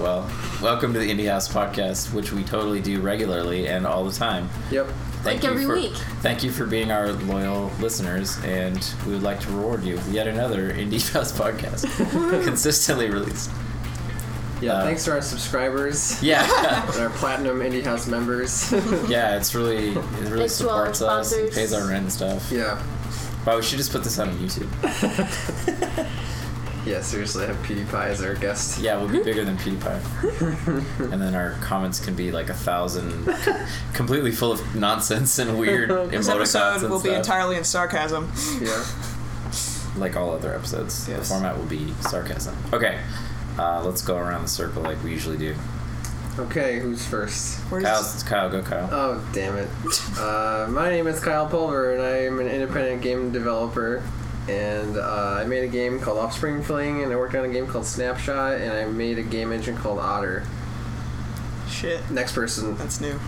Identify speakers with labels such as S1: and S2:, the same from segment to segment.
S1: welcome to the Indie House podcast, which we totally do regularly and all the time.
S2: Yep.
S1: Thank
S3: Like every
S1: you for,
S3: week.
S1: Thank you for being our loyal listeners, and we would like to reward you with yet another Indie House podcast consistently released.
S2: Yeah.
S1: Uh,
S2: thanks to our subscribers
S1: Yeah,
S2: and our platinum indie house members.
S1: yeah, it's really it really
S3: Thanks to all our
S1: supports us, and
S3: sponsors.
S1: pays our rent and stuff.
S2: yeah.
S1: Wow, we should just put this on YouTube.
S2: Yeah. Seriously, have PewDiePie as our guest.
S1: Yeah, we'll be bigger than PewDiePie. and then our comments can be like a thousand, completely full of nonsense and weird
S4: This
S1: emoticons
S4: episode
S1: and
S4: will be
S1: stuff.
S4: entirely in sarcasm.
S2: Yeah.
S1: like all other episodes. The
S4: Yes.
S1: format will be sarcasm. Okay, uh, let's go around the circle like we usually do.
S2: Okay. Who's first?
S4: Where's
S1: Kyle, Kyle, go Kyle.
S2: Oh, damn it. Uh, my name is Kyle Pulver, and I am an independent game developer. And uh, I made a game called Offspring Fling, and I worked on a game called Snapshot, and I made a game engine called Otter.
S4: shit?
S2: Next person.
S4: That's new.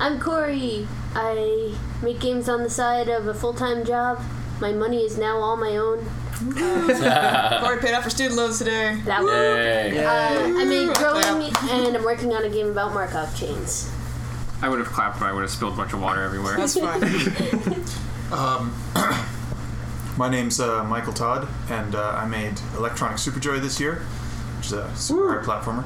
S3: I'm Corey. I make games on the side of a full time job. My money is now all my own.
S1: Uh-uh.
S4: I've already paid off for student loans today.
S3: That one.
S1: Yay.
S3: Uh, I made growing,
S4: Clap.
S3: and I'm working on a game about Markov chains.
S5: I would have clapped, but I would have spilled a bunch of water everywhere.
S4: That's fine.
S6: My name's uh, Michael Todd, and uh, I made Electronic Super Joy this year, which is a super hard platformer.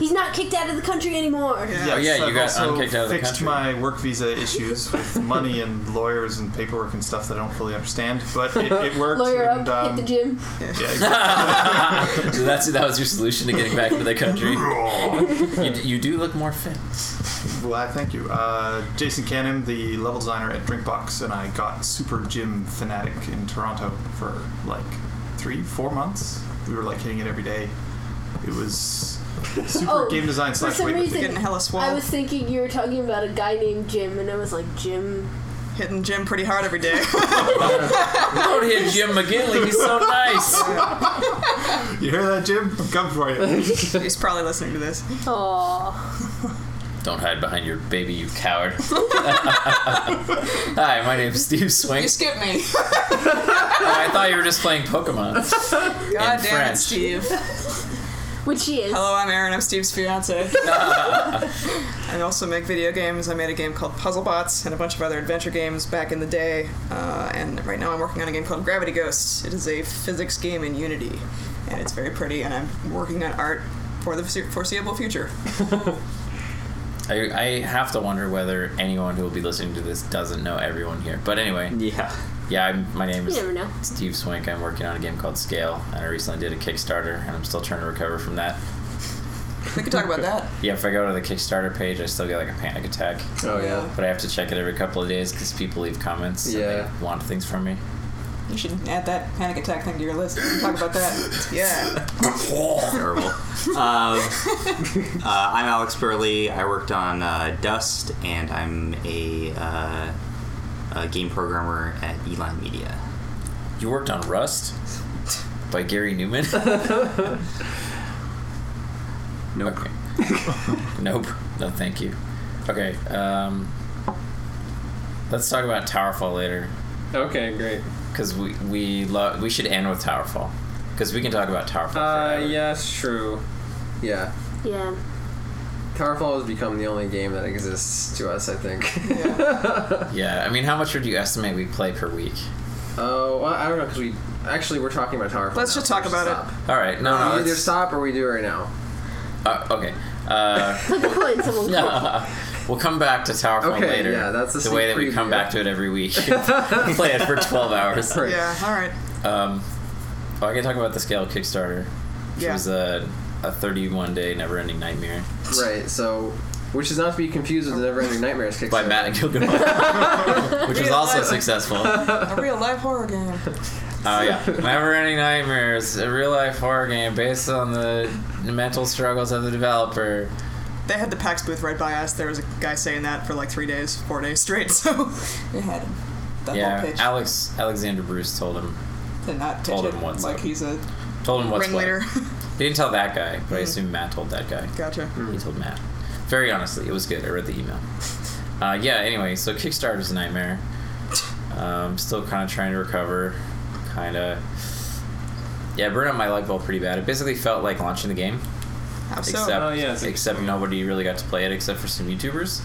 S3: He's not kicked out of the country anymore.
S1: Oh, yeah, you
S6: I've
S1: got
S6: also
S1: unkicked out of the
S6: fixed
S1: country.
S6: my work visa issues with money and lawyers and paperwork and stuff that I don't fully understand, but it, it worked.
S3: Lawyer
S6: and, um,
S3: up, hit the gym.
S6: yeah, exactly.
S1: So that's that was your solution to getting back into the country. you, you do look more fit.
S6: well, I thank you. Uh, Jason Cannon, the level designer at Drinkbox, and I got Super Gym Fanatic in Toronto for like three, four months. We were like hitting it every day. It was super
S3: Oh,
S6: game design
S3: for
S6: slash
S3: some
S6: weightlifting.
S3: reason-
S4: Getting hella swole.
S3: I was thinking you were talking about a guy named Jim, and I was like, Jim.
S4: Hitting gym pretty hard every day.
S1: Don't hit Jim McGinley. He's so nice.
S6: You hear that, Jim? I'm coming for you.
S4: He's probably listening to this.
S3: Aww.
S1: Don't hide behind your baby, you coward. Hi, my name's Steve Swing.
S4: You skipped me.
S1: I thought you were just playing Pokemon.
S4: God damn
S1: French.
S4: it, Steve.
S3: Which he is.
S4: Hello, I'm Aaron. I'm Steve's fiance. I also make video games. I made a game called Puzzlebots and a bunch of other adventure games back in the day. Uh, and right now I'm working on a game called Gravity Ghosts. It is a physics game in Unity, and it's very pretty. And I'm working on art for the foresee- foreseeable future.
S1: I, I have to wonder whether anyone who will be listening to this doesn't know everyone here. But anyway,
S2: Yeah.
S1: yeah, I'm, my name
S3: You
S1: is
S3: never know.
S1: Steve Swink. I'm working on a game called Scale, and I recently did a Kickstarter, and I'm still trying to recover from that.
S4: We could talk about that.
S1: Yeah, if I go to the Kickstarter page, I still get like a panic attack,
S2: Oh, yeah.
S1: but I have to check it every couple of days because people leave comments
S2: Yeah.
S1: and they want things from me.
S4: You should add that panic attack thing to your list. We can talk about that. Yeah.
S7: terrible. Um, uh, I'm Alex Burley. I worked on uh, Dust, and I'm a, uh, a game programmer at Elon Media.
S1: You worked on Rust by Gary Newman.
S7: Nope.
S1: Okay. nope. No, thank you. Okay. Um, let's talk about Towerfall later.
S2: Okay, great.
S1: because we we love we should end with Towerfall because we can talk about Towerfall.
S2: Uh,
S1: forever.
S2: yes, true. Yeah.
S3: Yeah.
S2: Towerfall has become the only game that exists to us, I think.
S1: yeah. I mean, how much would you estimate we play per week?
S2: Oh, well, I don't know, because we actually we're talking about Towerfall.
S4: Let's
S2: now,
S4: just
S2: so we
S4: talk
S2: should
S4: about it.
S2: stop.
S1: All right, no,
S8: Uh,
S1: no,
S2: We either
S1: let's-
S2: stop or we do it right now.
S1: uh, okay. Uh,
S3: Put the point in someone.
S1: we'll come back to Towerfall
S2: Okay,
S1: later.
S2: yeah, that's a
S1: the way that we
S2: sneak
S1: come
S2: preview.
S1: back to it every week. play it for twelve hours.
S2: Right.
S4: Yeah. All right.
S1: Um, oh, I can talk about the Scale Kickstarter, which
S4: Yeah.
S1: was a a thirty-one day never-ending nightmare
S2: Right, so. Which is not to be confused with the Never Ending Nightmares Kickstarter.
S1: by Matt and Gilgood, which was also
S4: Realize-
S1: successful.
S4: A real life horror game.
S1: Oh yeah, Never Ending Nightmares, a real life horror game based on the mental struggles of the developer.
S4: They had the PAX booth right by us. There was a guy saying that for like three days, four days straight. So it had him. That
S1: yeah,
S4: whole pitch.
S1: Alex Alexander Bruce told him
S4: Did not pitch
S1: told
S4: it
S1: him what's
S4: like
S1: up.
S4: he's a
S1: told him what's
S4: ringleader.
S1: what. He didn't tell that guy, but I
S2: Mm-hmm.
S1: assume Matt told that guy.
S4: gotcha.
S1: He told Matt. Very honestly, it was good. I read the email. Uh, yeah. Anyway, so Kickstarter's a nightmare. Um, still kind of trying to recover. Kind of. Yeah, burned out my light bulb pretty bad. It basically felt like launching the game.
S4: How so?
S1: except
S2: Oh, yeah, it's a-
S1: except nobody really got to play it except for some YouTubers.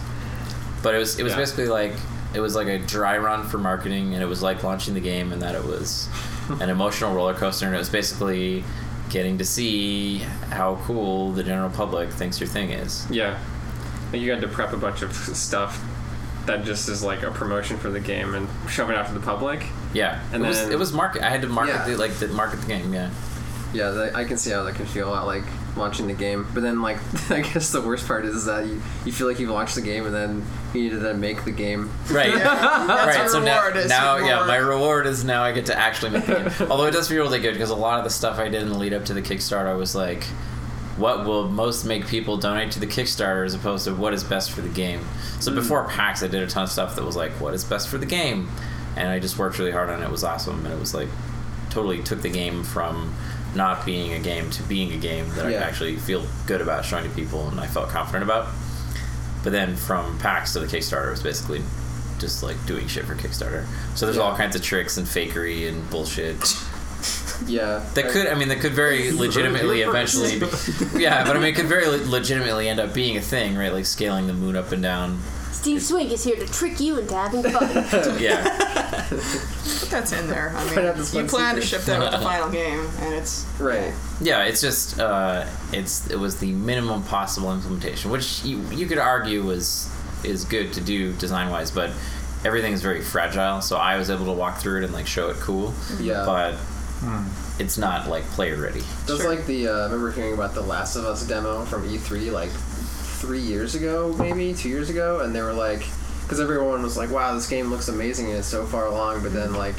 S1: But it was it was
S2: Yeah.
S1: basically like it was like a dry run for marketing, and it was like launching the game, and that it was an emotional roller coaster, and it was basically getting to see how cool the general public thinks your thing is.
S2: Yeah.
S8: Like, you had to prep a bunch of stuff that just is like a promotion for the game and shove it out to the public.
S1: Yeah,
S8: And
S1: it was
S8: then-
S1: it was market. I had to market
S8: Yeah.
S1: the, like the market the game. Yeah,
S8: Yeah, that, I can see how that can feel a lot like launching the game. But then, like, I guess the worst part is that you, you feel like you've launched the game and then you need to then make the game.
S1: right.
S4: That's
S1: right,
S4: your
S1: so now,
S4: reward is
S1: now
S4: your
S1: yeah, my
S4: reward.
S1: reward is now I get to actually make the game. Although it does feel really good because a lot of the stuff I did in the lead up to the Kickstarter was like, what will most make people donate to the Kickstarter as opposed to what is best for the game.
S4: Hmm.
S1: So before PAX, I did a ton of stuff that was like, what is best for the game, and I just worked really hard on it. It was awesome, and it was like, totally took the game from not being a game to being a game that I
S8: Yeah.
S1: actually feel good about showing to people and I felt confident about. But then from PAX to the Kickstarter was basically just like doing shit for Kickstarter. So there's all kinds of tricks and fakery and bullshit
S8: Yeah.
S1: that could, I mean, that could very legitimately eventually, be, yeah. But I mean, it could very le- legitimately end up being a thing, right? Like scaling the moon up and down.
S3: Steve Swig is here to trick you into having fun.
S1: Yeah,
S4: Put that's in there. I
S8: out this
S4: mean, you
S8: one
S4: plan to
S8: secret.
S4: ship that with the final game, and it's
S8: Right.
S1: yeah. It's just, uh, it's it was the minimum possible implementation, which you, you could argue was is good to do design wise, but everything is very fragile. So I was able to walk through it and like show it cool.
S8: Yeah.
S1: but it's not like player ready.
S8: That's like the uh, I remember hearing about the Last of Us demo from E3 like three years ago, maybe two years ago, and they were like, because everyone was like, "Wow, this game looks amazing and it's so far along," but then like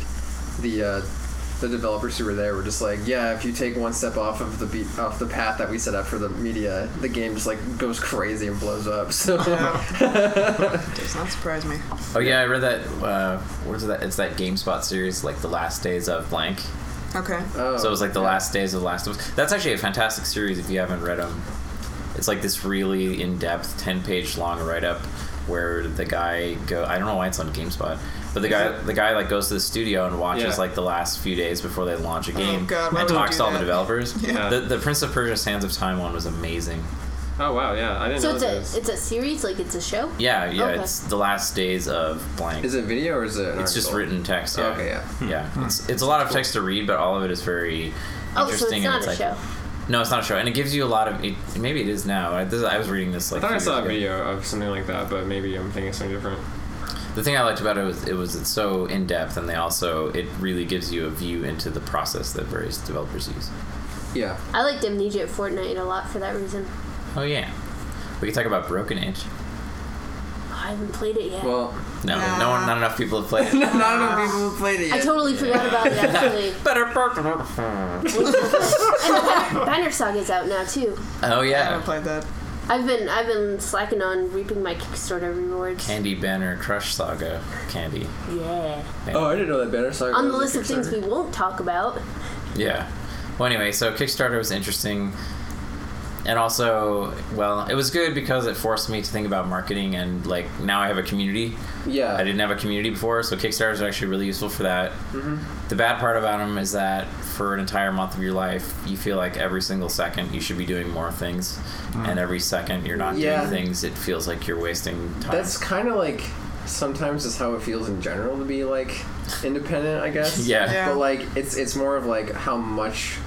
S8: the uh, the developers who were there were just like, "Yeah, if you take one step off of the beat off the path that we set up for the media, the game just like goes crazy and blows up." So
S4: does not surprise me.
S1: Oh yeah, I read that. Uh, what is that? It's that GameSpot series, like the last days of blank.
S4: Okay.
S8: Oh,
S1: so it was like the
S8: yeah.
S1: last days of the Last of Us. That's actually a fantastic series if you haven't read them. It's like this really in-depth, ten-page long write-up where the guy go. I don't know why it's on GameSpot, but the guy the guy like goes to the studio and watches
S2: Yeah.
S1: like the last few days before they launch a game
S4: God, why
S1: and
S4: would you
S1: talks
S4: do
S1: to all the
S4: that?
S1: developers.
S2: Yeah.
S1: The, the Prince of Persia: Sands of Time one was amazing.
S2: Oh wow, yeah. I didn't
S3: so
S2: know
S3: it's a
S2: this.
S3: it's a series, like it's a show.
S1: Yeah, yeah.
S3: Okay.
S1: It's the last days of blank.
S8: Is it video or is it? an
S1: It's just
S8: article?
S1: written text. Yeah.
S8: Okay, yeah.
S1: Yeah. It's, it's a lot of text to read, but all of it is very
S3: Oh, so it's
S1: interesting. and
S3: not a show.
S1: like- No, it's not a show, and it gives you a lot of. It, maybe it is now. I, this, I was reading this like.
S2: I thought I
S1: years
S2: saw a
S1: ago.
S2: video of something like that, but maybe I'm thinking something different.
S1: The thing I liked about it was it was it's so in depth, and they also it really gives you a view into the process that various developers use.
S8: Yeah.
S3: I liked Amnesia at Fortnite a lot for that reason.
S1: Oh yeah, we could talk about Broken Age.
S3: Oh, I haven't played it yet.
S8: Well,
S1: No,
S4: Nah.
S1: no one, not enough people have played it.
S8: not enough people have played it
S3: I
S8: yet.
S3: totally forgot about it actually.
S1: Better Broken.
S3: and Banner, Banner Saga's out now too.
S1: Oh
S4: I haven't
S1: yeah,
S4: played that.
S3: I've been I've been slacking on reaping my Kickstarter rewards.
S1: Candy Banner Crush Saga. Candy.
S3: Yeah.
S8: oh, I didn't know that banner song.
S3: On the
S8: was
S3: list
S8: a
S3: of things
S8: Kickstarter.
S3: we won't talk about,
S1: Yeah. Well, anyway, so Kickstarter was interesting. And also, well, it was good because it forced me to think about marketing and, like, now I have a community.
S8: Yeah.
S1: I didn't have a community before, so Kickstarters are actually really useful for that.
S8: Mm-hmm.
S1: The bad part about them is that for an entire month of your life, you feel like every single second you should be doing more things. And every second you're not
S8: Mm. Yeah.
S1: doing things, it feels like you're wasting time.
S8: That's kind of like sometimes is how it feels in general to be like independent, I guess.
S1: Yeah.
S4: Yeah.
S8: But like it's it's more of like how much.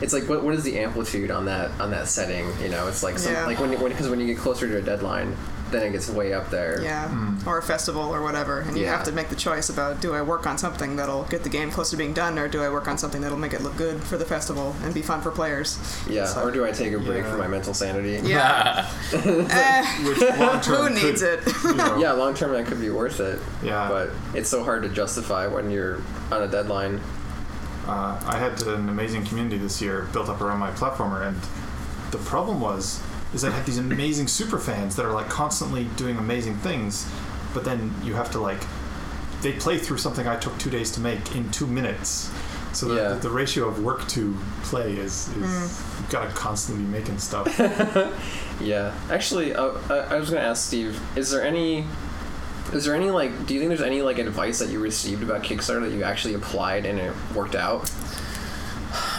S8: It's like what, what is the amplitude on that on that setting? You know, it's like some,
S4: Yeah.
S8: like when because when, 'cause when you get closer to a deadline, then it gets way up there.
S4: Yeah, or a festival or whatever, and you
S8: Hmm. Yeah.
S4: have to make the choice about do I work on something that'll get the game close to being done, or do I work on something that'll make it look good for the festival and be fun for players?
S8: Yeah.
S4: So-
S8: or do I take a break for my mental sanity?
S4: Yeah, eh,
S6: Which long
S4: who
S6: term
S4: needs it?
S6: You know,
S8: Yeah, long term that could be worth it.
S6: Yeah.
S8: But it's so hard to justify when you're on a deadline.
S6: Uh, I had an amazing community this year built up around my platformer, and the problem was is that I had these amazing super fans that are like constantly doing amazing things, but then you have to like they play through something I took two days to make in two minutes. So the,
S8: Yeah. Hmm.
S6: the, ratio of work to play is, is you've got to constantly be making stuff.
S8: Yeah, actually, uh, I, I was gonna ask Steve: Is there any, is there any like, do you think there's any like advice that you received about Kickstarter that you actually applied and it worked out?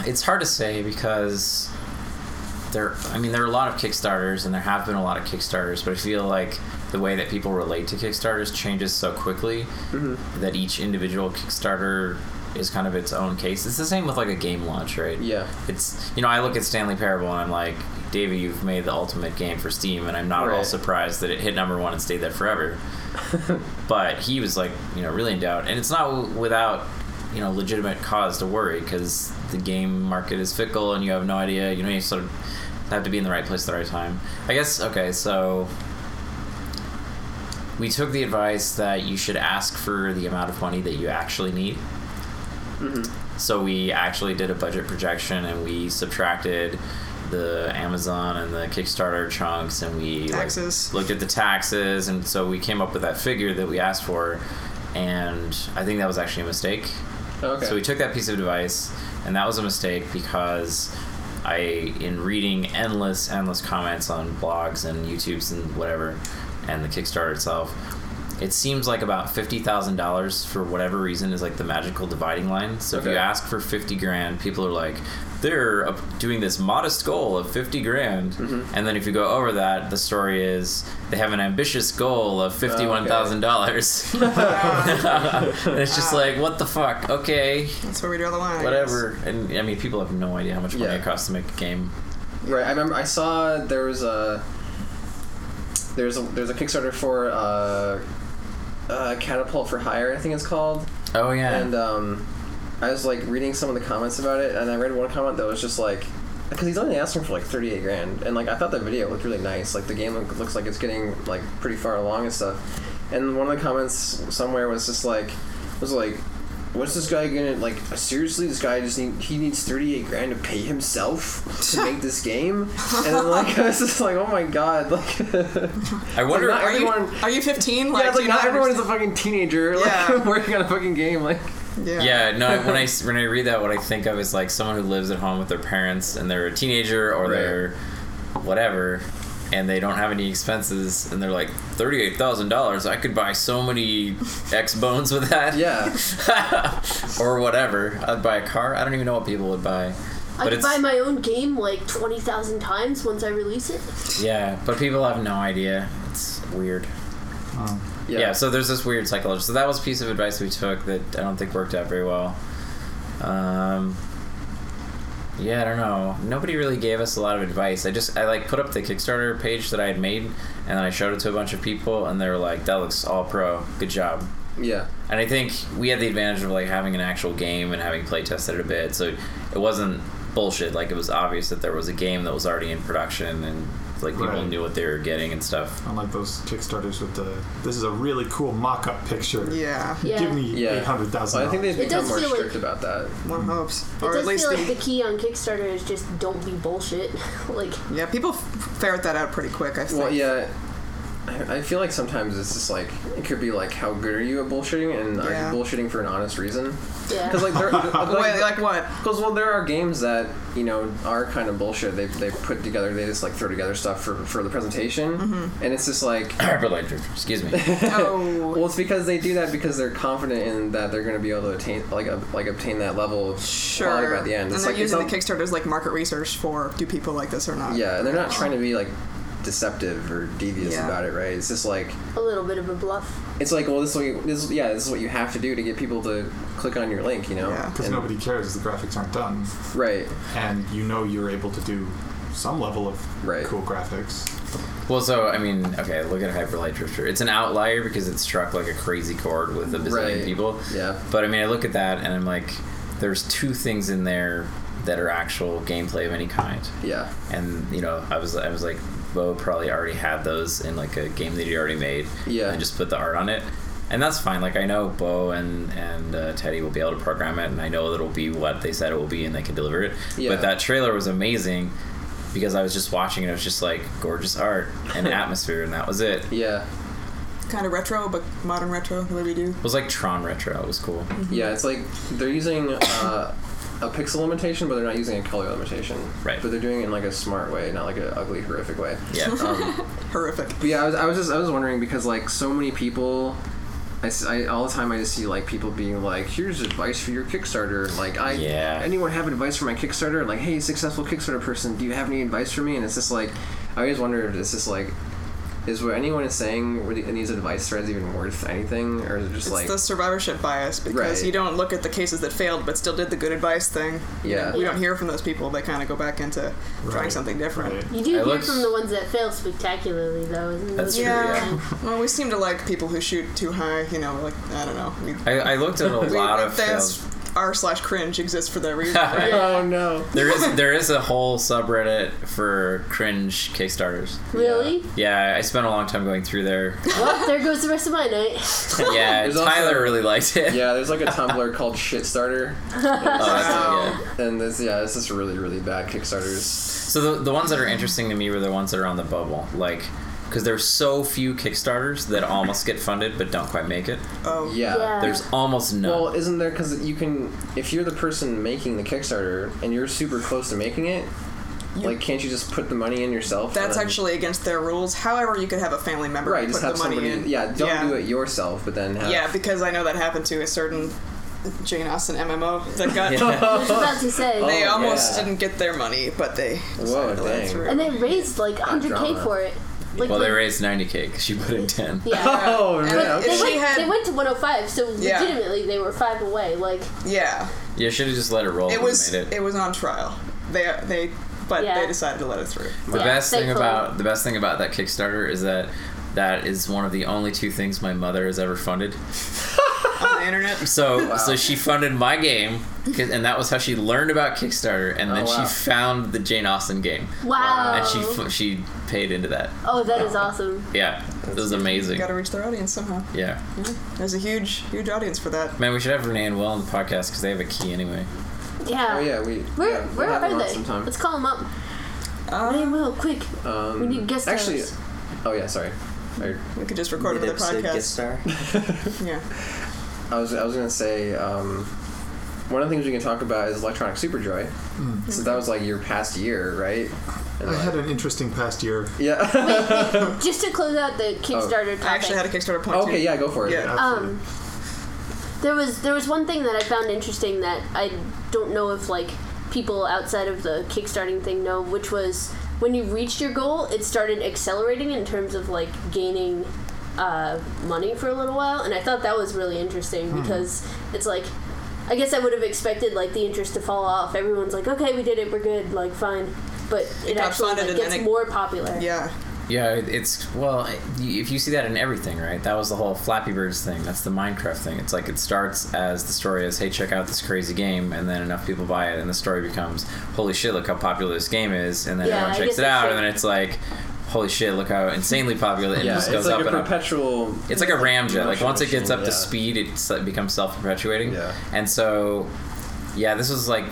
S1: It's hard to say because there I mean there are a lot of Kickstarters and there have been a lot of Kickstarters, but I feel like the way that people relate to Kickstarters changes so quickly that each individual Kickstarter is kind of its own case. It's the same with like a game launch, right?
S8: Yeah.
S1: It's you know, I look at Stanley Parable and I'm like, Davey, you've made the ultimate game for Steam and I'm not at all
S8: Right.
S1: surprised that it hit number one and stayed there forever. but he was like, you know, really in doubt. And it's not w- without, you know, legitimate cause to worry because the game market is fickle and you have no idea. You know, you sort of have to be in the right place at the right time. I guess, okay, so we took the advice that you should ask for the amount of money that you actually need. So we actually did a budget projection and we subtracted the Amazon and the Kickstarter chunks and we like,
S4: Taxes.
S1: looked at the taxes and so we came up with that figure that we asked for and I think that was actually a mistake.
S8: Okay.
S1: So we took that piece of advice, and that was a mistake because I, in reading endless, endless comments on blogs and YouTubes and whatever, and the Kickstarter itself, it seems like about fifty thousand dollars for whatever reason is like the magical dividing line. So if you
S8: Okay.
S1: ask for fifty grand, people are like, they're up- doing this modest goal of fifty grand,
S8: Mm-hmm.
S1: and then if you go over that, the story is they have an ambitious goal
S8: Oh,
S1: of fifty-one thousand dollars. and it's just like, what the fuck? Okay,
S4: That's where we draw the line. I guess.
S1: whatever. And I mean, people have no idea how much money
S8: Yeah.
S1: it costs to make a game.
S8: Right. I remember. I saw there was a there's a there's a Kickstarter for uh, uh, catapult for hire. I think it's called.
S1: Oh yeah.
S8: And um, I was like reading some of the comments about it, and I read one comment that was just like, because he's only asking for like thirty eight grand, and like I thought the video looked really nice. Like the game look, looks like it's getting like pretty far along and stuff. And one of the comments somewhere was just like, was like. What's this guy gonna like? Seriously, this guy just need he needs thirty eight grand to pay himself to make this game, and then like I was just like, oh my god, like
S1: I wonder.
S8: not
S4: Are you,
S8: Everyone-
S4: are you 15?
S8: yeah, it's
S4: do
S8: like
S4: you
S8: not everyone's a
S4: understand?
S8: fucking teenager like
S4: Yeah.
S8: working on a fucking game like
S1: yeah, no. When I s- when I read that, what I think of is like someone who lives at home with their parents and they're a teenager or
S8: Right.
S1: they're whatever, and they don't have any expenses, and they're like thirty eight thousand dollars. I could buy so many X bones with that.
S8: yeah.
S1: or whatever. I'd buy a car. I don't even know what people would buy.
S3: I could buy my own game like 20,000 times once I release it.
S1: Yeah, but people have no idea. It's weird. Yeah. so there's this weird psychology. So that was a piece of advice we took that I don't think worked out very well. Um, yeah, I don't know. Nobody really gave us a lot of advice. I just I like put up the Kickstarter page that I had made, and then I showed it to a bunch of people, and they were like, "That looks all pro. Good job."
S8: Yeah.
S1: And I think we had the advantage of like having an actual game and having play tested it a bit, so it wasn't bullshit. Like it was obvious that there was a game that was already in production, and like people
S6: Right.
S1: knew what they were getting and stuff.
S6: Unlike those Kickstarters with the this is a really cool mock-up picture.
S4: Yeah,
S3: Yeah.
S6: Give me
S8: Yeah.
S6: eight hundred thousand.
S8: Well, I think they've
S3: It
S8: become
S3: does
S8: more
S3: feel like-
S8: strict about that.
S4: one hopes.
S3: It
S4: Or at
S3: does
S4: least
S3: feel like
S4: the,
S3: the key on Kickstarter is just don't be bullshit. like,
S4: Yeah, people f- ferret that out pretty quick, I think.
S8: Well, yeah. I I feel like sometimes it's just like it could be like how good are you at bullshitting and are
S4: Yeah.
S8: you bullshitting for an honest reason?
S3: yeah.
S8: Because like there,
S4: Wait,
S8: like,
S4: like what?
S8: because well there are games that you know are kind of bullshit. They they put together they just like throw together stuff for for the presentation,
S4: Mm-hmm.
S8: and it's just like
S1: But like, excuse me.
S4: Oh,
S8: well it's because they do that because they're confident in that they're going to be able to attain like ob- like obtain that level of quality
S4: sure.
S8: by the end.
S4: And
S8: It's
S4: they're
S8: like it's
S4: using the
S8: not-
S4: Kickstarter as like market research for do people like this or not?
S8: Yeah, and they're not trying to be like deceptive or devious
S4: Yeah.
S8: about it, right? It's just like
S3: a little bit of a bluff.
S8: it's like well, this is what you, this is, yeah, this is what you have to do to get people to click on your link, you know?
S4: Yeah.
S6: because
S8: And-
S6: nobody cares. The graphics aren't done,
S8: Right.
S6: and you know you're able to do some level of
S8: Right.
S6: cool graphics.
S1: Well, so I mean, okay, look at Hyperlight Drifter. It's an outlier because it struck like a crazy chord with a bazillion
S8: Right.
S1: people.
S8: Yeah.
S1: But I mean, I look at that and I'm like, there's two things in there that are actual gameplay of any kind.
S8: Yeah.
S1: and you know i was i was like bo probably already had those in like a game that he already made
S8: Yeah.
S1: and just put the art on it and that's fine like i know bo and and uh, teddy will be able to program it and i know that it'll be what they said it will be and they can deliver it
S8: Yeah.
S1: but that trailer was amazing because i was just watching it it was just like gorgeous art and atmosphere and that was it it
S8: Yeah.
S4: Kind of retro, but modern retro, the way we do.
S1: was like tron retro it was cool
S8: Yeah. It's like they're using uh, a pixel limitation, but they're not using a color limitation.
S1: Right.
S8: But they're doing it in like a smart way, not like an ugly, horrific way.
S1: yeah
S8: Um,
S4: Horrific.
S8: But yeah, I was, I was just I was wondering because like so many people I s I all the time I just see like people being like, "Here's advice for your Kickstarter." Like, I
S1: Yeah.
S8: anyone have advice for my Kickstarter? Like, hey, successful Kickstarter person, do you have any advice for me? And it's just like, I always wonder if this is like, is what anyone is saying really- in these advice threads even worth anything, or is it just
S4: It's
S8: like,
S4: the survivorship bias because
S8: Right.
S4: you don't look at the cases that failed but still did the good advice thing.
S8: yeah,
S4: We don't hear from those people. They kind of go back into trying
S6: Right.
S4: something different.
S6: Right.
S3: You do hear
S1: looks-
S3: from the ones that fail spectacularly, though. Isn't
S1: That's
S3: those
S1: true,
S3: the-
S4: Well, we seem to like people who shoot too high. You know, like I don't know. We,
S1: I, I looked at a
S4: we-
S1: lot of
S4: that's
S1: failed.
S4: r slash cringe exists for that reason. right?
S8: oh no,
S1: There is there is a whole subreddit for cringe Kickstarters.
S3: Really?
S1: Yeah, I spent a long time going through there.
S3: well, there goes the rest of my night.
S1: Yeah,
S8: There's
S1: Tyler
S8: also-
S1: really liked it.
S8: yeah. There's like a Tumblr called Shitstarter,
S1: Oh, that's
S4: Wow.
S1: good.
S8: and this yeah, this is really really bad Kickstarters.
S1: So the, the ones that are interesting to me were the ones that are on the bubble, like because there's so few Kickstarters that almost get funded but don't quite make it.
S4: Oh,
S3: Yeah.
S1: There's almost none.
S8: Well, isn't there because you can if you're the person making the Kickstarter and you're super close to making it, like can't you just put the money in yourself? and
S4: that's
S8: then-
S4: actually against their rules. However, you could have a family member
S8: right.
S4: put
S8: Just
S4: the
S8: have
S4: money
S8: somebody.
S4: in.
S8: Yeah, don't do it yourself, but then have,
S4: Yeah, because I know that happened to a certain Jane Austen MMO that got.
S1: Yeah.
S3: I was about to say.
S4: They
S8: Oh,
S4: almost
S8: yeah.
S4: didn't get their money, but they
S8: Whoa,
S4: decided to let it
S8: dang.
S4: through.
S3: and they raised like 100k
S8: drama.
S3: for it. Like,
S1: Well,
S3: like-
S1: they raised 90k because she put in 10.
S3: Yeah.
S8: Oh
S4: And
S8: man,
S4: if
S3: They
S4: she
S3: went,
S4: had-
S3: they went to 105, so
S4: Yeah.
S3: legitimately they were five away. Like,
S4: yeah,
S1: You should have just let it roll.
S4: it
S1: and
S4: was
S1: made it.
S4: it. was on trial. They they but
S3: Yeah.
S4: they decided to let it through.
S1: the
S3: Yeah,
S1: best thing
S3: thankfully.
S1: about the best thing about that Kickstarter is that that is one of the only two things my mother has ever funded.
S4: on the internet.
S1: So so she funded my game, 'cause- and that was how she learned about Kickstarter, and then
S8: wow.
S1: she found the Jane Austen game,
S3: wow.
S1: and she fu- she paid into that.
S3: oh, that is awesome.
S1: Yeah, it was amazing.
S4: Got to reach their audience somehow.
S1: Yeah,
S4: There's a huge, huge audience for that.
S1: man, we should have Renee and Will on the podcast because they have a key anyway.
S3: Yeah.
S8: oh yeah, we
S3: Where,
S8: yeah, we'll
S3: where
S8: have them
S3: are
S8: on
S3: they?
S8: Sometime. Uh,
S3: Let's call them up. Hey,
S4: Um,
S3: Will, quick.
S8: Um,
S3: We need guest
S8: Actually,
S3: stars.
S8: oh yeah, sorry. I-
S4: we could just record another
S9: Mid-episode guest
S4: podcast.
S9: star.
S4: Yeah.
S8: I was I was gonna say um, one of the things we can talk about is electronic superjoy.
S1: Hmm.
S8: So that was like your past year, right? And,
S6: I
S8: like-
S6: had an interesting past year.
S8: yeah.
S3: Just to close out
S8: oh.
S3: the Kickstarter topic.
S4: I actually had a Kickstarter point.
S8: okay, yeah, go for it.
S4: Yeah.
S6: Absolutely.
S3: Um, there was there was one thing that I found interesting that I don't know if like people outside of the kickstarting thing know, which was when you reached your goal, it started accelerating in terms of like gaining uh, money for a little while, and I thought that was really interesting because it's like. I guess I would have expected like the interest to fall off. Everyone's like, "Okay, we did it. We're good. Like, fine." But it,
S4: got
S3: actually
S4: funded
S3: like,
S4: and
S3: gets
S4: then it-
S3: more popular.
S4: Yeah.
S1: Yeah, it- it's well, you- if you see that in everything, right? That was the whole Flappy Birds thing. That's the Minecraft thing. It's like it starts as the story is, "Hey, check out this crazy game," and then enough people buy it, and the story becomes, "Holy shit, look how popular this game is!" And then
S3: Yeah,
S1: everyone
S3: I
S1: checks
S3: guess
S1: it
S3: that's
S1: out,
S3: true.
S1: and then it's like, "Holy shit, look how insanely popular!" And it
S8: Yeah,
S1: just
S8: it's
S1: goes
S8: like
S1: up
S8: a
S1: and up.
S8: perpetual.
S1: It's like a ramjet. Like
S8: Motion
S1: once it gets
S8: machine,
S1: up to
S8: yeah.
S1: speed, it's, it becomes self-perpetuating.
S8: Yeah.
S1: And so, yeah, this was like,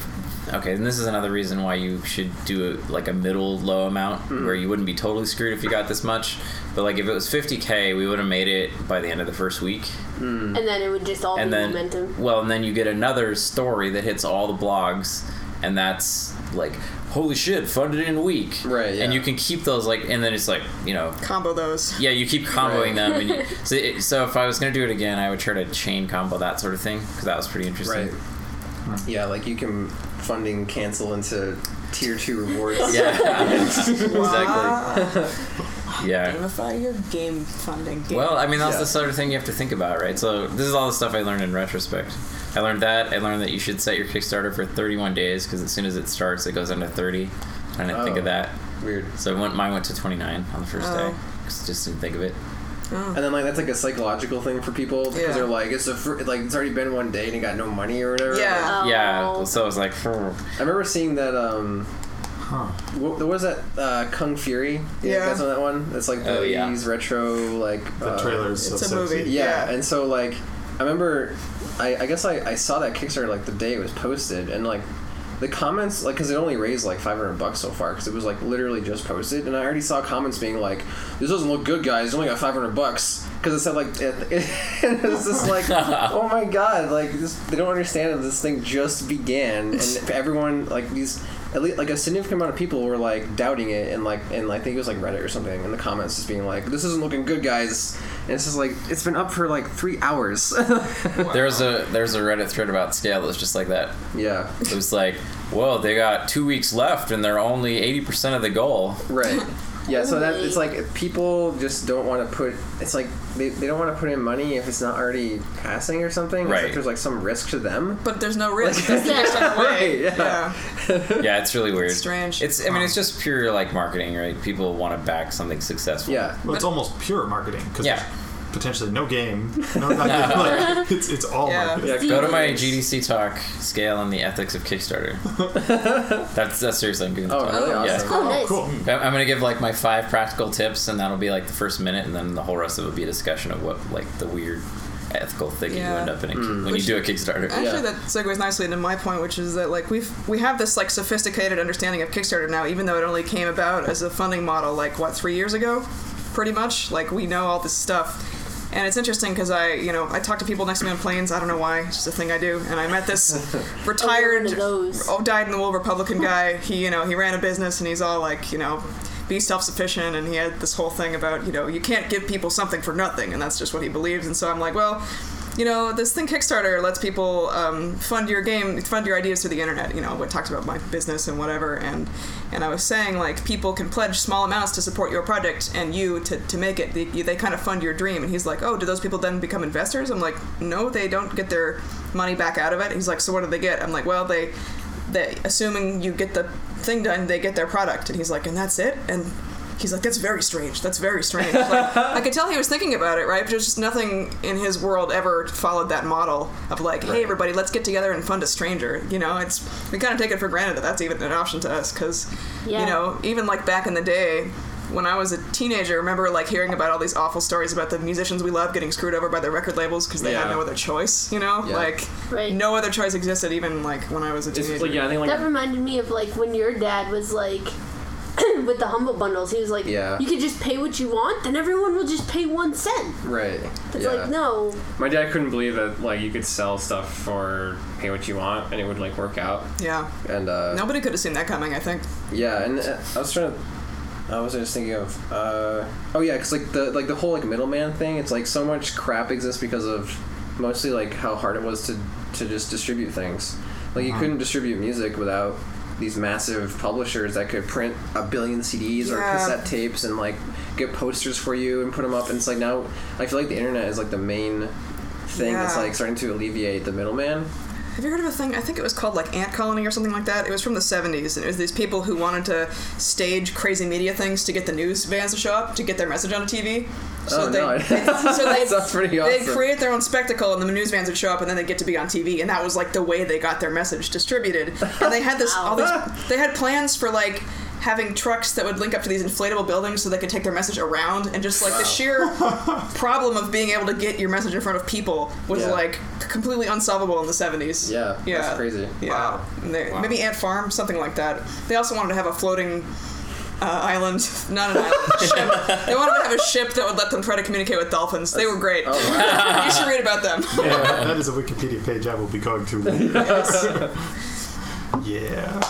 S1: okay, and this is another reason why you should do a, like a middle low amount
S8: Hmm.
S1: where you wouldn't be totally screwed if you got this much. But like if it was 50k, we would have made it by the end of the first week,
S3: And then it would just all
S1: and
S3: be
S1: then
S3: momentum.
S1: well, and then you get another story that hits all the blogs, and that's like. Holy shit! Funded in a week,
S8: Right, yeah.
S1: And you can keep those like, and then it's like you know,
S4: Combo those.
S1: yeah, you keep comboing
S8: Right.
S1: them, and you, so, it, so if I was gonna do it again, I would try to chain combo that sort of thing because that was pretty interesting.
S8: Right. Yeah, like you can funding cancel into tier two rewards.
S1: Yeah,
S4: Wow.
S1: exactly. Yeah.
S4: Gamify your game funding. Game.
S1: Well, I mean, that's
S8: Yeah.
S1: the sort of thing you have to think about, right? So this is all the stuff I learned in retrospect. I learned that I learned that you should set your Kickstarter for 31 days because as soon as it starts, it goes into 30. I didn't think of
S8: Oh.
S1: that,
S8: Weird.
S1: so it went, mine went to 29 on the first
S4: Oh.
S1: day. 'cause just didn't think of it.
S8: And then like that's like a psychological thing for people because
S4: Yeah.
S8: they're like it's a fr- like it's already been one day and it got no money or whatever.
S4: yeah.
S3: Oh.
S1: Yeah, so I was like, "Hmm."
S8: I remember seeing that. um
S6: Huh.
S8: what, what was that uh, Kung Fury?
S4: Yeah.
S8: that's on that one. It's like
S1: Oh, yeah.
S8: these retro like
S6: The
S8: uh,
S6: trailer's
S4: it's
S6: so
S4: a movie.
S6: sexy.
S8: Yeah,
S4: Yeah.
S8: and so like I remember, I, I guess I, I saw that Kickstarter like the day it was posted, and like the comments like because it only raised like five hundred bucks so far because it was like literally just posted, and I already saw comments being like, "This doesn't look good, guys. It only got five hundred bucks." Because it said like it, it, it was just like oh my god like this, they don't understand that this thing just began and everyone like these at least like a significant amount of people were like doubting it and like and like, I think it was like Reddit or something in the comments just being like, "This isn't looking good, guys." And it's just like it's been up for like three hours.
S1: There's a there's a Reddit thread about scale that was just like that.
S8: yeah,
S1: It was like, whoa, they got two weeks left and they're only eighty percent of the goal.
S8: right. Yeah, so that it's like people just don't want to put. It's like they, they don't want to put in money if it's not already passing or something. It's like
S1: Right.
S8: there's like some risk to them.
S4: But there's no risk.
S8: Like-
S4: That's the extra way.
S8: Right, yeah.
S1: Yeah, it's really weird.
S4: strange.
S1: It's I mean it's just pure like marketing, right? People want to back something successful.
S8: Yeah.
S6: Well, it's almost pure marketing because
S1: Yeah.
S6: potentially no game, no, not game, like, it's it's all
S4: Yeah.
S6: marketing.
S8: Yeah,
S1: Go to my GDC talk, scale and the ethics of Kickstarter. that's that's seriously I'm giving the
S8: Oh,
S1: talk.
S8: really?
S1: Yeah.
S8: Awesome.
S3: Oh, nice.
S6: Cool.
S1: I'm- I'm gonna give like my five practical tips, and that'll be like the first minute, and then the whole rest of it will be a discussion of what like the weird ethical thing you
S4: Yeah.
S1: end up in a, when
S4: Which-
S1: you do a Kickstarter.
S4: Actually,
S8: Yeah.
S4: that segues nicely into my point, which is that like we've we have this like sophisticated understanding of Kickstarter now, even though it only came about as a funding model like what three years ago, pretty much. Like we know all this stuff, and it's interesting because I you know I talk to people next to me on planes. I don't know why, it's just a thing I do. And I met this retired,
S3: one of those.
S4: oh, died in the wool Republican guy. He you know he ran a business and he's all like you know. Be self-sufficient, and he had this whole thing about you know you can't give people something for nothing, and that's just what he believes. And so I'm like, well, you know, this thing Kickstarter lets people um, fund your game, fund your ideas through the internet. You know, what talks about my business and whatever. And and I was saying like people can pledge small amounts to support your project and you to, to make it. They, they kind of fund your dream. And he's like, oh, do those people then become investors? I'm like, no, they don't get their money back out of it. He's like, so what do they get? I'm like, well, they they assuming you get the thing done, they get their product. And he's like, and that's it. And he's like, that's very strange. That's very strange. Like, I could tell he was thinking about it, right? But there's just nothing in his world ever followed that model of like, hey, everybody, let's get together and fund a stranger. You know, it's we kind of take it for granted that that's even an option to us because,
S3: Yeah.
S4: you know, even like back in the day. When I was a teenager, I remember like hearing about all these awful stories about the musicians we love getting screwed over by the record labels because they had
S8: Yeah.
S4: no other choice, you know?
S8: Yeah.
S4: Like
S3: Right.
S4: no other choice existed even like when I was a
S2: It's
S4: teenager.
S2: just like yeah, I think like
S3: That reminded me of like when your dad was like with the humble bundles. He was like,
S8: Yeah.
S3: you could just pay what you want, and everyone will just pay one cent.
S8: Right.
S3: It's
S8: yeah.
S3: like no,
S2: my dad couldn't believe that like you could sell stuff for pay what you want and it would like work out.
S4: Yeah.
S8: And uh,
S4: Nobody could have seen that coming, I think.
S8: Yeah, and uh, I was trying to. I was I just thinking of. Uh, oh yeah, because like the like the whole like middleman thing. It's like so much crap exists because of mostly like how hard it was to to just distribute things. Like you
S4: Uh-huh.
S8: couldn't distribute music without these massive publishers that could print a billion CDs or
S4: Yeah.
S8: cassette tapes and like get posters for you and put them up. And it's like now I feel like the internet is like the main thing that's
S4: Yeah.
S8: like starting to alleviate the middleman.
S4: Have you heard of a thing? I think it was called like Ant Colony or something like that. It was from the 70s, and it was these people who wanted to stage crazy media things to get the news vans to show up to get their message on the TV.
S8: Oh, no.
S4: so they,
S8: Sounds pretty
S4: They'd
S8: awesome.
S4: create their own spectacle, and the news vans would show up, and then they'd get to be on TV, and that was like the way they got their message distributed. And they had this, all these, they had plans for like having trucks that would link up to these inflatable buildings so they could take their message around, and just like the sheer problem of being able to get your message in front of people was
S8: Yeah.
S4: like completely unsolvable in the 70s.
S8: Yeah,
S4: Yeah.
S8: that's crazy.
S4: Yeah.
S6: Wow.
S4: And they- Maybe Ant Farm, something like that. They also wanted to have a floating uh, island, not an island, ship. They wanted to have a ship that would let them try to communicate with dolphins. They were
S8: oh,
S4: great. you should read about them.
S6: that is a Wikipedia page I will be going to. yeah.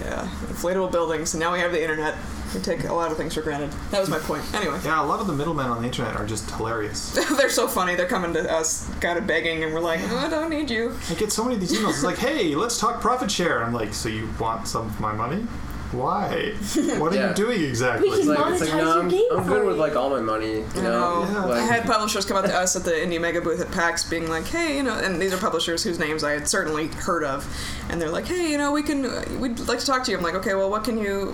S4: Yeah. Inflatable buildings, and now we have the internet. We take a lot of things for granted. That was my point. Anyway.
S6: Yeah, a lot of the middlemen on the internet are just hilarious.
S4: They're so funny. They're coming to us, kind of begging, and we're like, oh, I don't need you.
S6: I get so many of these emails. It's like, hey, let's talk profit share. I'm like, so you want some of my money? Why? What are
S8: Yeah.
S6: you doing exactly?
S3: We can-
S8: It's like, it's like
S3: Monetize
S8: no,
S3: your
S8: I'm,
S3: game
S8: I'm good
S3: for
S8: with
S3: it.
S8: like all my money, you
S4: I
S8: know.
S4: know.
S6: Yeah.
S4: I had publishers come up to us at the Indie Mega booth at PAX being like, hey, you know, and these are publishers whose names I had certainly heard of. And they're like, hey, you know, we can, uh, we'd like to talk to you. I'm like, okay, well, what can you,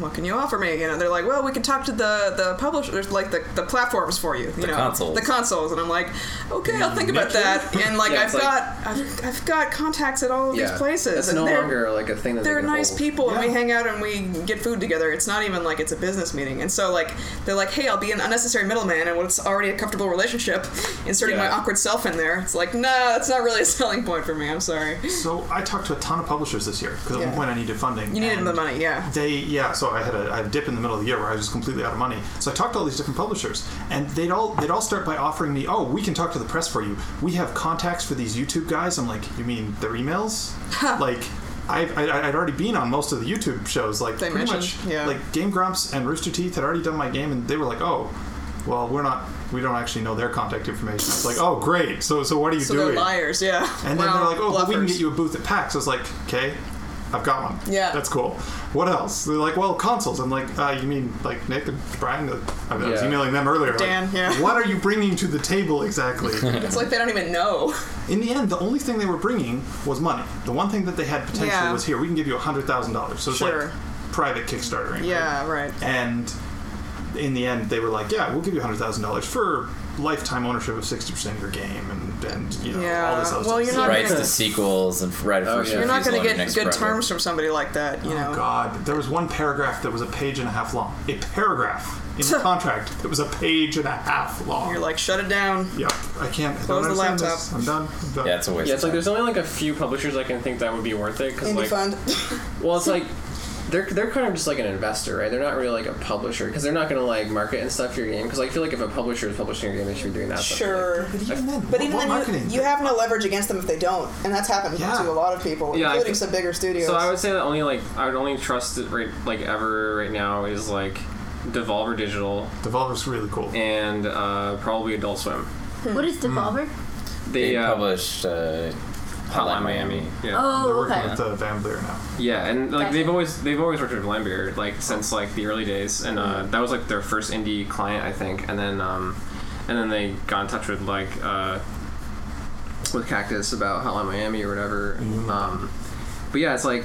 S4: what can you offer me? You know, they're like, well, we can talk to the, the publishers, like the, the platforms for you. You
S1: The
S4: know,
S1: consoles.
S4: The consoles. And I'm like, okay, I'll think about that. And like,
S8: Mm, Yeah,
S4: I've
S8: it's like-
S4: got, I've, I've got contacts at all of these places.
S8: It's
S4: and
S8: no
S4: they're-
S8: longer like a thing that
S4: they're
S8: they can
S4: nice
S8: hold.
S4: people and we
S6: Yeah.
S4: hang out and we get food together it's not even like it's a business meeting and so like they're like hey i'll be an unnecessary middleman and what's already a comfortable relationship inserting my
S8: Yeah.
S4: awkward self in there it's like nah that's not really a selling point for me i'm sorry
S6: so I talked to a ton of publishers this year because at
S4: Yeah.
S6: one point I needed funding.
S4: you needed
S6: and
S4: the money yeah
S6: They yeah, so I had a, I had a dip in the middle of the year where I was just completely out of money. So I talked to all these different publishers, and they'd all they'd all start by offering me, oh, we can talk to the press for you. We have contacts for these YouTube guys. I'm like, you mean their emails? like, I've, I, I'd already been on most of the YouTube shows. Like
S2: They
S6: pretty much,
S2: mentioned, yeah.
S6: like Game Grumps and Rooster Teeth had already done my game, and they were like, "Oh, well, we're not, we don't actually know their contact information." It's like, "Oh, great. So, so what are you
S2: So they're
S6: doing?"
S2: liars, yeah.
S6: And
S2: Wow,
S6: then they're like, "Oh, but we can
S2: bluffers.
S6: get you a booth at PAX." I was like, "Okay, I've got one.
S2: Yeah.
S6: that's cool. What else?" They're like, "Well, consoles." I'm like, uh, "You mean like Nick and Brian?" I, mean, I was
S10: Yeah.
S6: emailing them earlier. like,
S2: Dan, yeah.
S6: What are you bringing to the table exactly?
S2: It's like they don't even know.
S6: In the end, the only thing they were bringing was money. The one thing that they had potentially
S2: Yeah.
S6: was here. We can give you hundred thousand dollars. So it's
S2: Sure.
S6: like private Kickstartering.
S2: Yeah, right.
S6: And in the end, they were like, "Yeah, we'll give you hundred thousand dollars for lifetime ownership of sixty percent of your game, and and you know all
S2: Yeah.
S6: this other
S2: Well,
S6: stuff."
S2: you're not
S1: rights
S2: gonna-
S1: to sequels and right of
S10: Oh,
S1: first
S10: yeah.
S2: You're not
S1: refusal
S2: going
S1: on
S2: to
S1: your
S2: get
S1: next
S2: good
S1: project.
S2: terms from somebody like that, you know.
S6: Oh, God, there was one paragraph that was a page and a half long. A paragraph in the contract that was a page and a half long.
S2: You're like, shut it down.
S6: yep, I can't. I
S2: Close
S6: don't
S2: the
S6: understand
S2: laptop.
S6: this. I'm done. I'm done.
S1: Yeah, it's a waste.
S10: Yeah, it's like
S1: of
S10: there's
S1: time.
S10: only like a few.
S8: Few publishers I can think that would be worth it because
S2: Indie
S8: like
S2: fund.
S10: Well, it's like they're they're kind of just like an investor, right? They're not really like a publisher because they're not gonna like market and stuff your game. Because I feel like if a publisher is publishing your game, they should be doing that. stuff.
S4: Sure.
S6: But even then,
S4: But
S6: what,
S4: even
S6: what
S4: then,
S6: marketing?
S4: you, you have no leverage against them if they don't, and that's happened
S6: Yeah.
S4: to a lot of people,
S8: Yeah, I
S4: including
S8: could-
S4: some bigger studios.
S8: So I would say that only like I would only trust it right like ever right now is like Devolver Digital
S6: Devolver's really cool.
S8: and uh, probably Adult Swim.
S4: Hmm.
S3: What is Devolver?
S8: They
S1: they
S8: uh,
S1: published uh,
S8: Hotline Miami. Yeah.
S6: They're
S3: Oh,
S6: working
S3: okay.
S6: with uh, Van Blair now.
S8: Yeah, and like
S3: Gotcha.
S8: they've always they've always worked with Lambeer like since like the early days, and
S1: Mm.
S8: uh, that was like their first indie client, I think. And then um, and then they got in touch with like uh, with Cactus about Hotline Miami or whatever. Um, but yeah, it's like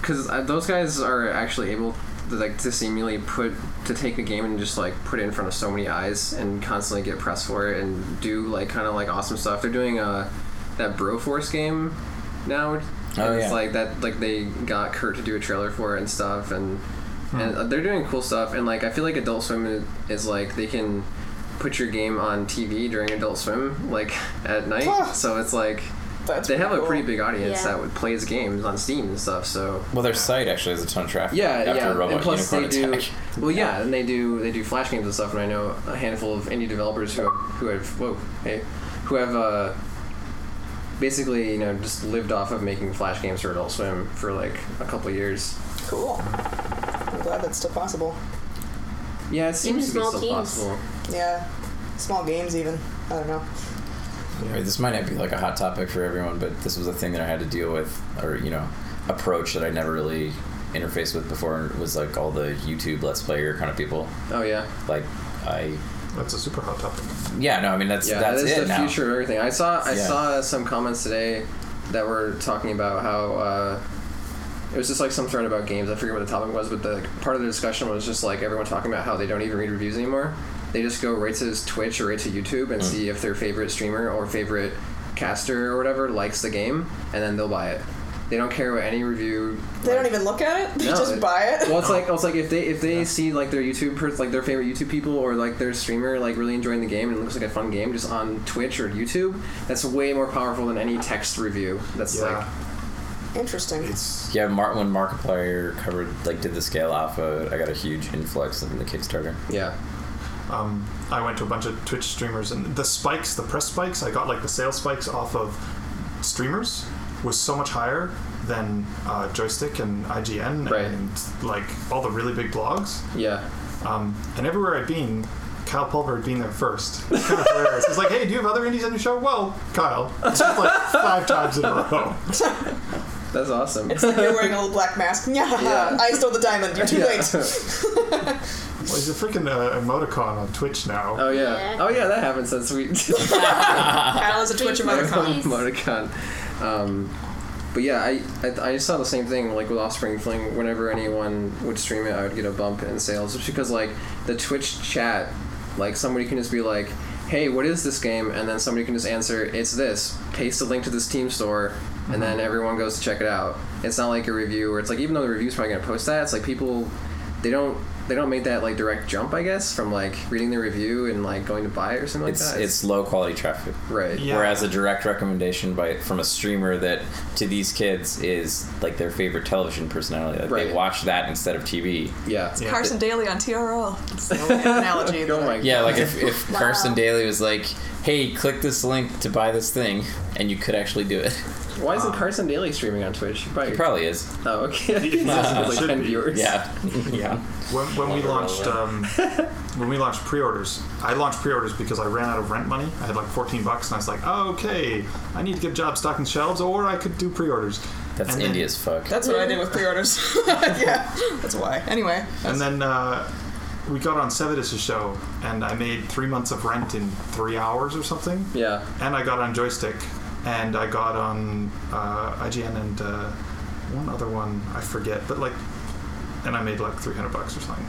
S8: because uh, those guys are actually able to, like to seemingly put to take a game and just like put it in front of so many eyes and constantly get press for it and do like kind of like awesome stuff. They're doing uh that Broforce game now.
S1: Oh,
S8: and It's
S1: yeah.
S8: like that like they got Kurt to do a trailer for it and stuff and and uh, they're doing cool stuff and like I feel like Adult Swim is, is like they can put your game on TV during Adult Swim like at night. So it's like
S4: That's
S8: they have a
S4: cool.
S8: pretty big audience
S3: Yeah.
S8: that would plays games on Steam and stuff. So
S1: Well, their site actually has a ton of traffic.
S8: yeah,
S1: after
S8: yeah.
S1: Robot
S8: and plus they
S1: Unicorn
S8: do.
S1: Attack.
S8: Well, yeah, and they do they do flash games and stuff. And I know a handful of indie developers who have who have whoa hey who have uh, basically you know just lived off of making flash games for Adult Swim for like a couple of years.
S4: Cool. I'm glad that's still possible.
S8: Yeah, it seems to be
S3: small
S8: still
S3: teams.
S8: possible.
S4: Yeah. Small games, even. I don't know.
S1: Right, this might not be like a hot topic for everyone, but this was a thing that I had to deal with, or you know, approach that I never really interfaced with before. And it was like all the YouTube Let's Player kind of people.
S8: Oh yeah,
S1: Like I,
S6: That's a super hot topic.
S1: yeah, no, I mean that's
S8: yeah.
S1: that's
S8: that is
S1: it
S8: the
S1: now.
S8: future of everything. I saw I
S1: Yeah.
S8: saw some comments today that were talking about how. Uh, it was just like some thread about games. I forget what the topic was, but the part of the discussion was just like everyone talking about how they don't even read reviews anymore. They just go right to Twitch or right to YouTube
S1: Hmm.
S8: and see if their favorite streamer or favorite caster or whatever likes the game, and then they'll buy it. They don't care what any review.
S4: They don't even look at it, they
S8: No,
S4: just
S8: it-
S4: buy it.
S8: Well, it's like it's like if they if they see like their YouTube pers- like their favorite YouTube people or like their streamer like really enjoying the game and it looks like a fun game just on Twitch or YouTube, that's way more powerful than any text review. That's like
S6: Yeah,
S4: Interesting.
S6: it's
S1: Yeah, Mar- when Markiplier covered like did the scale alpha, I got a huge influx in the Kickstarter.
S8: yeah.
S6: um, I went to a bunch of Twitch streamers and the spikes, the press spikes, I got like the sales spikes off of streamers was so much higher than uh, joystick and IGN
S8: Right.
S6: and like all the really big blogs.
S8: Yeah.
S6: Um, and everywhere I'd been, Kyle Pulver had been there first. It's kind of hilarious. It's like, hey, do you have other indies on your show? Well, Kyle. It's just like five times in a row.
S8: That's awesome.
S4: It's like you're wearing a little black mask. yeah. I stole the diamond. You're too
S8: Yeah.
S4: late.
S6: Well, he's a freaking uh, emoticon on Twitch now.
S8: Oh yeah.
S3: Yeah.
S8: Oh yeah, that happened since we
S2: Kyle is a Twitch emoticon.
S3: Please.
S8: Emoticon. Um, but yeah, I, I I saw the same thing like with Offspring Fling. Whenever anyone would stream it, I would get a bump in sales just because like the Twitch chat, like somebody can just be like, "Hey, what is this game?" and then somebody can just answer, "It's this." Paste a link to this Steam store, and then everyone goes to check it out. It's not like a review where it's like even though the review's probably gonna post that, it's like people they don't. they don't make that like direct jump, I guess, from like reading the review and like going to buy it or something
S1: It's
S8: like that.
S1: it's low quality traffic.
S8: right.
S6: Yeah.
S1: Whereas a direct recommendation by from a streamer that to these kids is like their favorite television personality. Like they
S8: Right.
S1: watch that instead of TV.
S8: Yeah.
S6: Yeah.
S4: Carson Daly on TRL. It's the only analogy.
S8: Oh
S4: that-
S8: my
S1: Yeah, like if, if
S3: Wow.
S1: Carson Daly was like, "Hey, click this link to buy this thing," and you could actually do it.
S8: Why isn't Carson Daly streaming on Twitch?
S1: It
S8: Probably.
S1: probably is.
S8: oh, okay. He's got, like
S6: Should
S8: ten
S6: be.
S8: viewers.
S1: Yeah, yeah.
S6: When, when we
S1: Wonder
S6: launched um, when we launched pre-orders, I launched pre-orders because I ran out of rent money. I had like 14 bucks, and I was like, oh, okay, I need to get job stocking shelves, or I could do pre-orders.
S1: That's
S6: And then-
S1: indie as fuck.
S4: That's what I did with pre-orders. yeah, that's why. Anyway,
S6: And then uh, we got on Sevidus' show, and I made three months of rent in three hours or something.
S8: Yeah.
S6: And I got on Joystick, and I got on uh, IGN and uh, one other one I forget, but like, and I made like 300 bucks or something.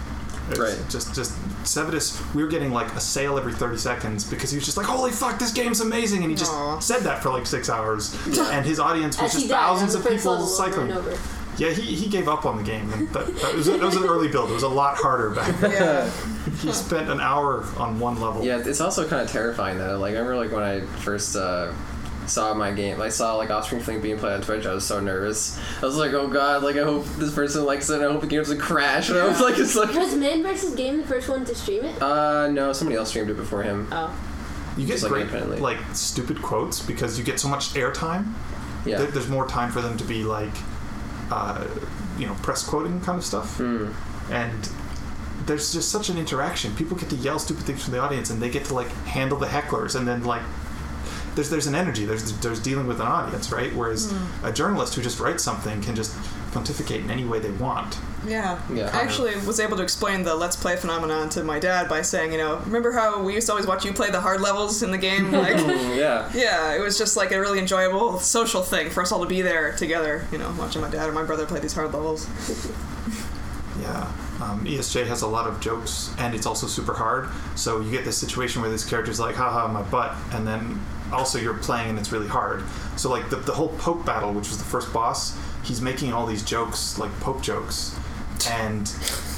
S6: It's
S8: Right.
S6: Just, just Sevidus. We were getting like a sale every 30 seconds because he was just like, "Holy fuck, this game's amazing!" And he just
S4: Aw.
S6: said that for like six hours, and his audience was
S3: As he
S6: just
S3: died on
S6: thousands
S3: the
S6: of
S3: first
S6: people
S3: level over and
S6: cycling.
S3: over.
S6: Yeah, he, he gave up on the game. And that, that, was, that was an early build. It was a lot harder back then.
S4: yeah.
S6: He spent an hour on one level.
S8: Yeah, it's also kind of terrifying though. Like I remember, like when I first uh, saw my game, I saw like Offspring Fling being played on Twitch. I was so nervous. I was like, oh god, like I hope this person likes it. I hope the game doesn't crash. And I was like, it's like,
S3: Was Man vs. Game the first one to stream it?
S8: uh, no, somebody else streamed it before him.
S3: Oh.
S6: you get
S8: Just, like,
S6: great,
S8: independently.
S6: like, stupid quotes because you get so much airtime.
S8: Yeah,
S6: There, there's more time for them to be, like, uh, you know, press quoting kind of stuff.
S8: Hmm.
S6: And there's just such an interaction. People get to yell stupid things from the audience and they get to, like, handle the hecklers and then, like, there's, there's an energy. There's, there's dealing with an audience, right? Whereas a journalist who just writes something can just pontificate in any way they want.
S4: Yeah.
S8: Yeah.
S4: I actually was able to explain the let's play phenomenon to my dad by saying, you know, remember how we used to always watch you play the hard levels in the game? Like,
S8: yeah.
S4: yeah, it was just like a really enjoyable social thing for us all to be there together, you know, watching my dad or my brother play these hard levels.
S6: Yeah. Um, ESJ has a lot of jokes, and it's also super hard. So you get this situation where this character's like, haha, my butt, and then also you're playing and it's really hard. So, like, the, the whole Pope battle, which was the first boss, he's making all these jokes, like Pope jokes. And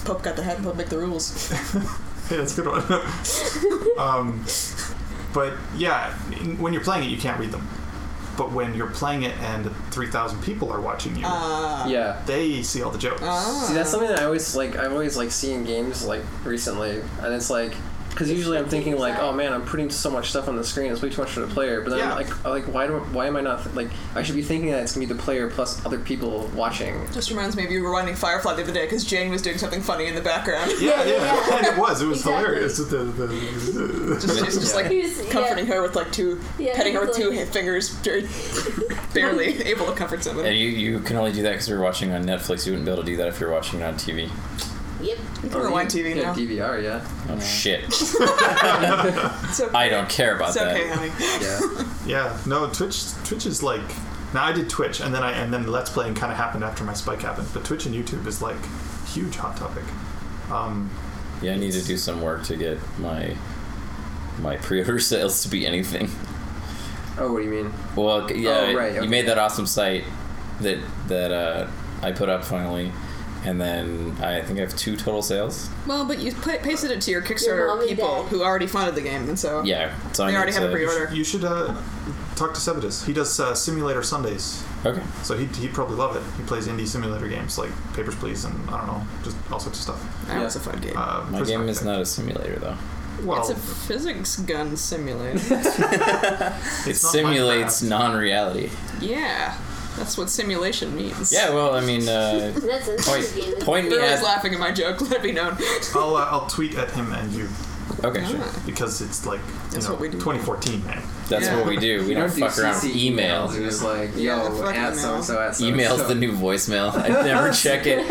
S4: Pope got the head, Pope make the rules.
S6: yeah, that's a good one. um, but yeah, in- when you're playing it, you can't read them. But when you're playing it and 3,000 people are watching you,
S8: yeah.
S6: they see all the jokes.
S8: See, that's something that I always like. I've always like seen games like recently, and it's like because usually I'm thinking like, oh man, I'm putting so much stuff on the screen. It's way too much for the player. But then
S6: Yeah.
S8: like, I'm like why do why am I not like I should be thinking that it's gonna be the player plus other people watching.
S4: Just reminds me of you were running Firefly the other day because Jane was doing something funny in the background.
S6: Yeah, yeah, and it was. It was
S3: Exactly.
S6: hilarious. The, the-
S4: Just, she was just like
S3: He was- yeah.
S4: comforting her with like two,
S3: Yeah,
S4: petting her
S3: he's
S4: with two
S3: like-
S4: fingers, very- barely able to comfort someone.
S1: And you, you can only do that because you're watching on Netflix. You wouldn't be able to do that if you're watching it on TV.
S3: Yep.
S4: Or rewind TV
S8: Yeah,
S4: now.
S8: DVR, yeah,
S1: Oh shit!
S4: It's okay.
S1: I don't care about
S4: It's
S1: that.
S4: okay, honey.
S8: yeah.
S6: yeah, no, Twitch. Twitch is like. Now I did Twitch, and then I and then Let's Playing kind of happened after my spike happened. But Twitch and YouTube is like huge hot topic. Um,
S1: Yeah, I need to do some work to get my my pre-order sales to be anything.
S8: oh, what do you mean?
S1: Well, c- yeah,
S8: Oh, right,
S1: you
S8: okay.
S1: made that awesome site that that uh, I put up finally, and then I think I have two total sales.
S4: Well, but you pa- pasted it to your
S3: Your
S4: Kickstarter
S3: mom and
S4: people
S3: dad.
S4: who already funded the game, and so
S1: Yeah, so I
S4: they
S1: need
S4: already have
S1: to-
S4: a pre-order.
S6: you should uh, talk to Sevidus. He does uh, Simulator Sundays,
S1: Okay,
S6: so he'd, he'd probably love it. He plays indie simulator games like Papers, Please, and I don't know, just all sorts of stuff.
S4: That was a fun game.
S6: Uh,
S1: my
S6: Prison
S1: game is
S6: Architect.
S1: not a simulator though.
S6: Well,
S4: it's a physics gun simulator.
S1: It
S6: not
S1: simulates
S6: Minecraft.
S1: non-reality.
S4: yeah, that's what simulation means.
S1: Yeah, well, I mean, uh,
S3: That's a
S1: point
S3: game. isn't it?
S1: point me
S4: Everyone's
S1: at
S4: laughing at my joke. Let it be known.
S6: I'll, uh, I'll tweet at him and you
S1: okay, sure.
S6: because it's like you
S4: That's
S6: know
S4: what we do.
S6: 2014, man.
S1: That's
S4: Yeah.
S1: what we do. We
S8: You
S1: don't fuck around with
S8: CC
S1: email.
S8: It was like, yo,
S4: Yeah, fuck
S8: at
S4: email.
S8: so and so, at so
S1: Email's the new voicemail. I never check it.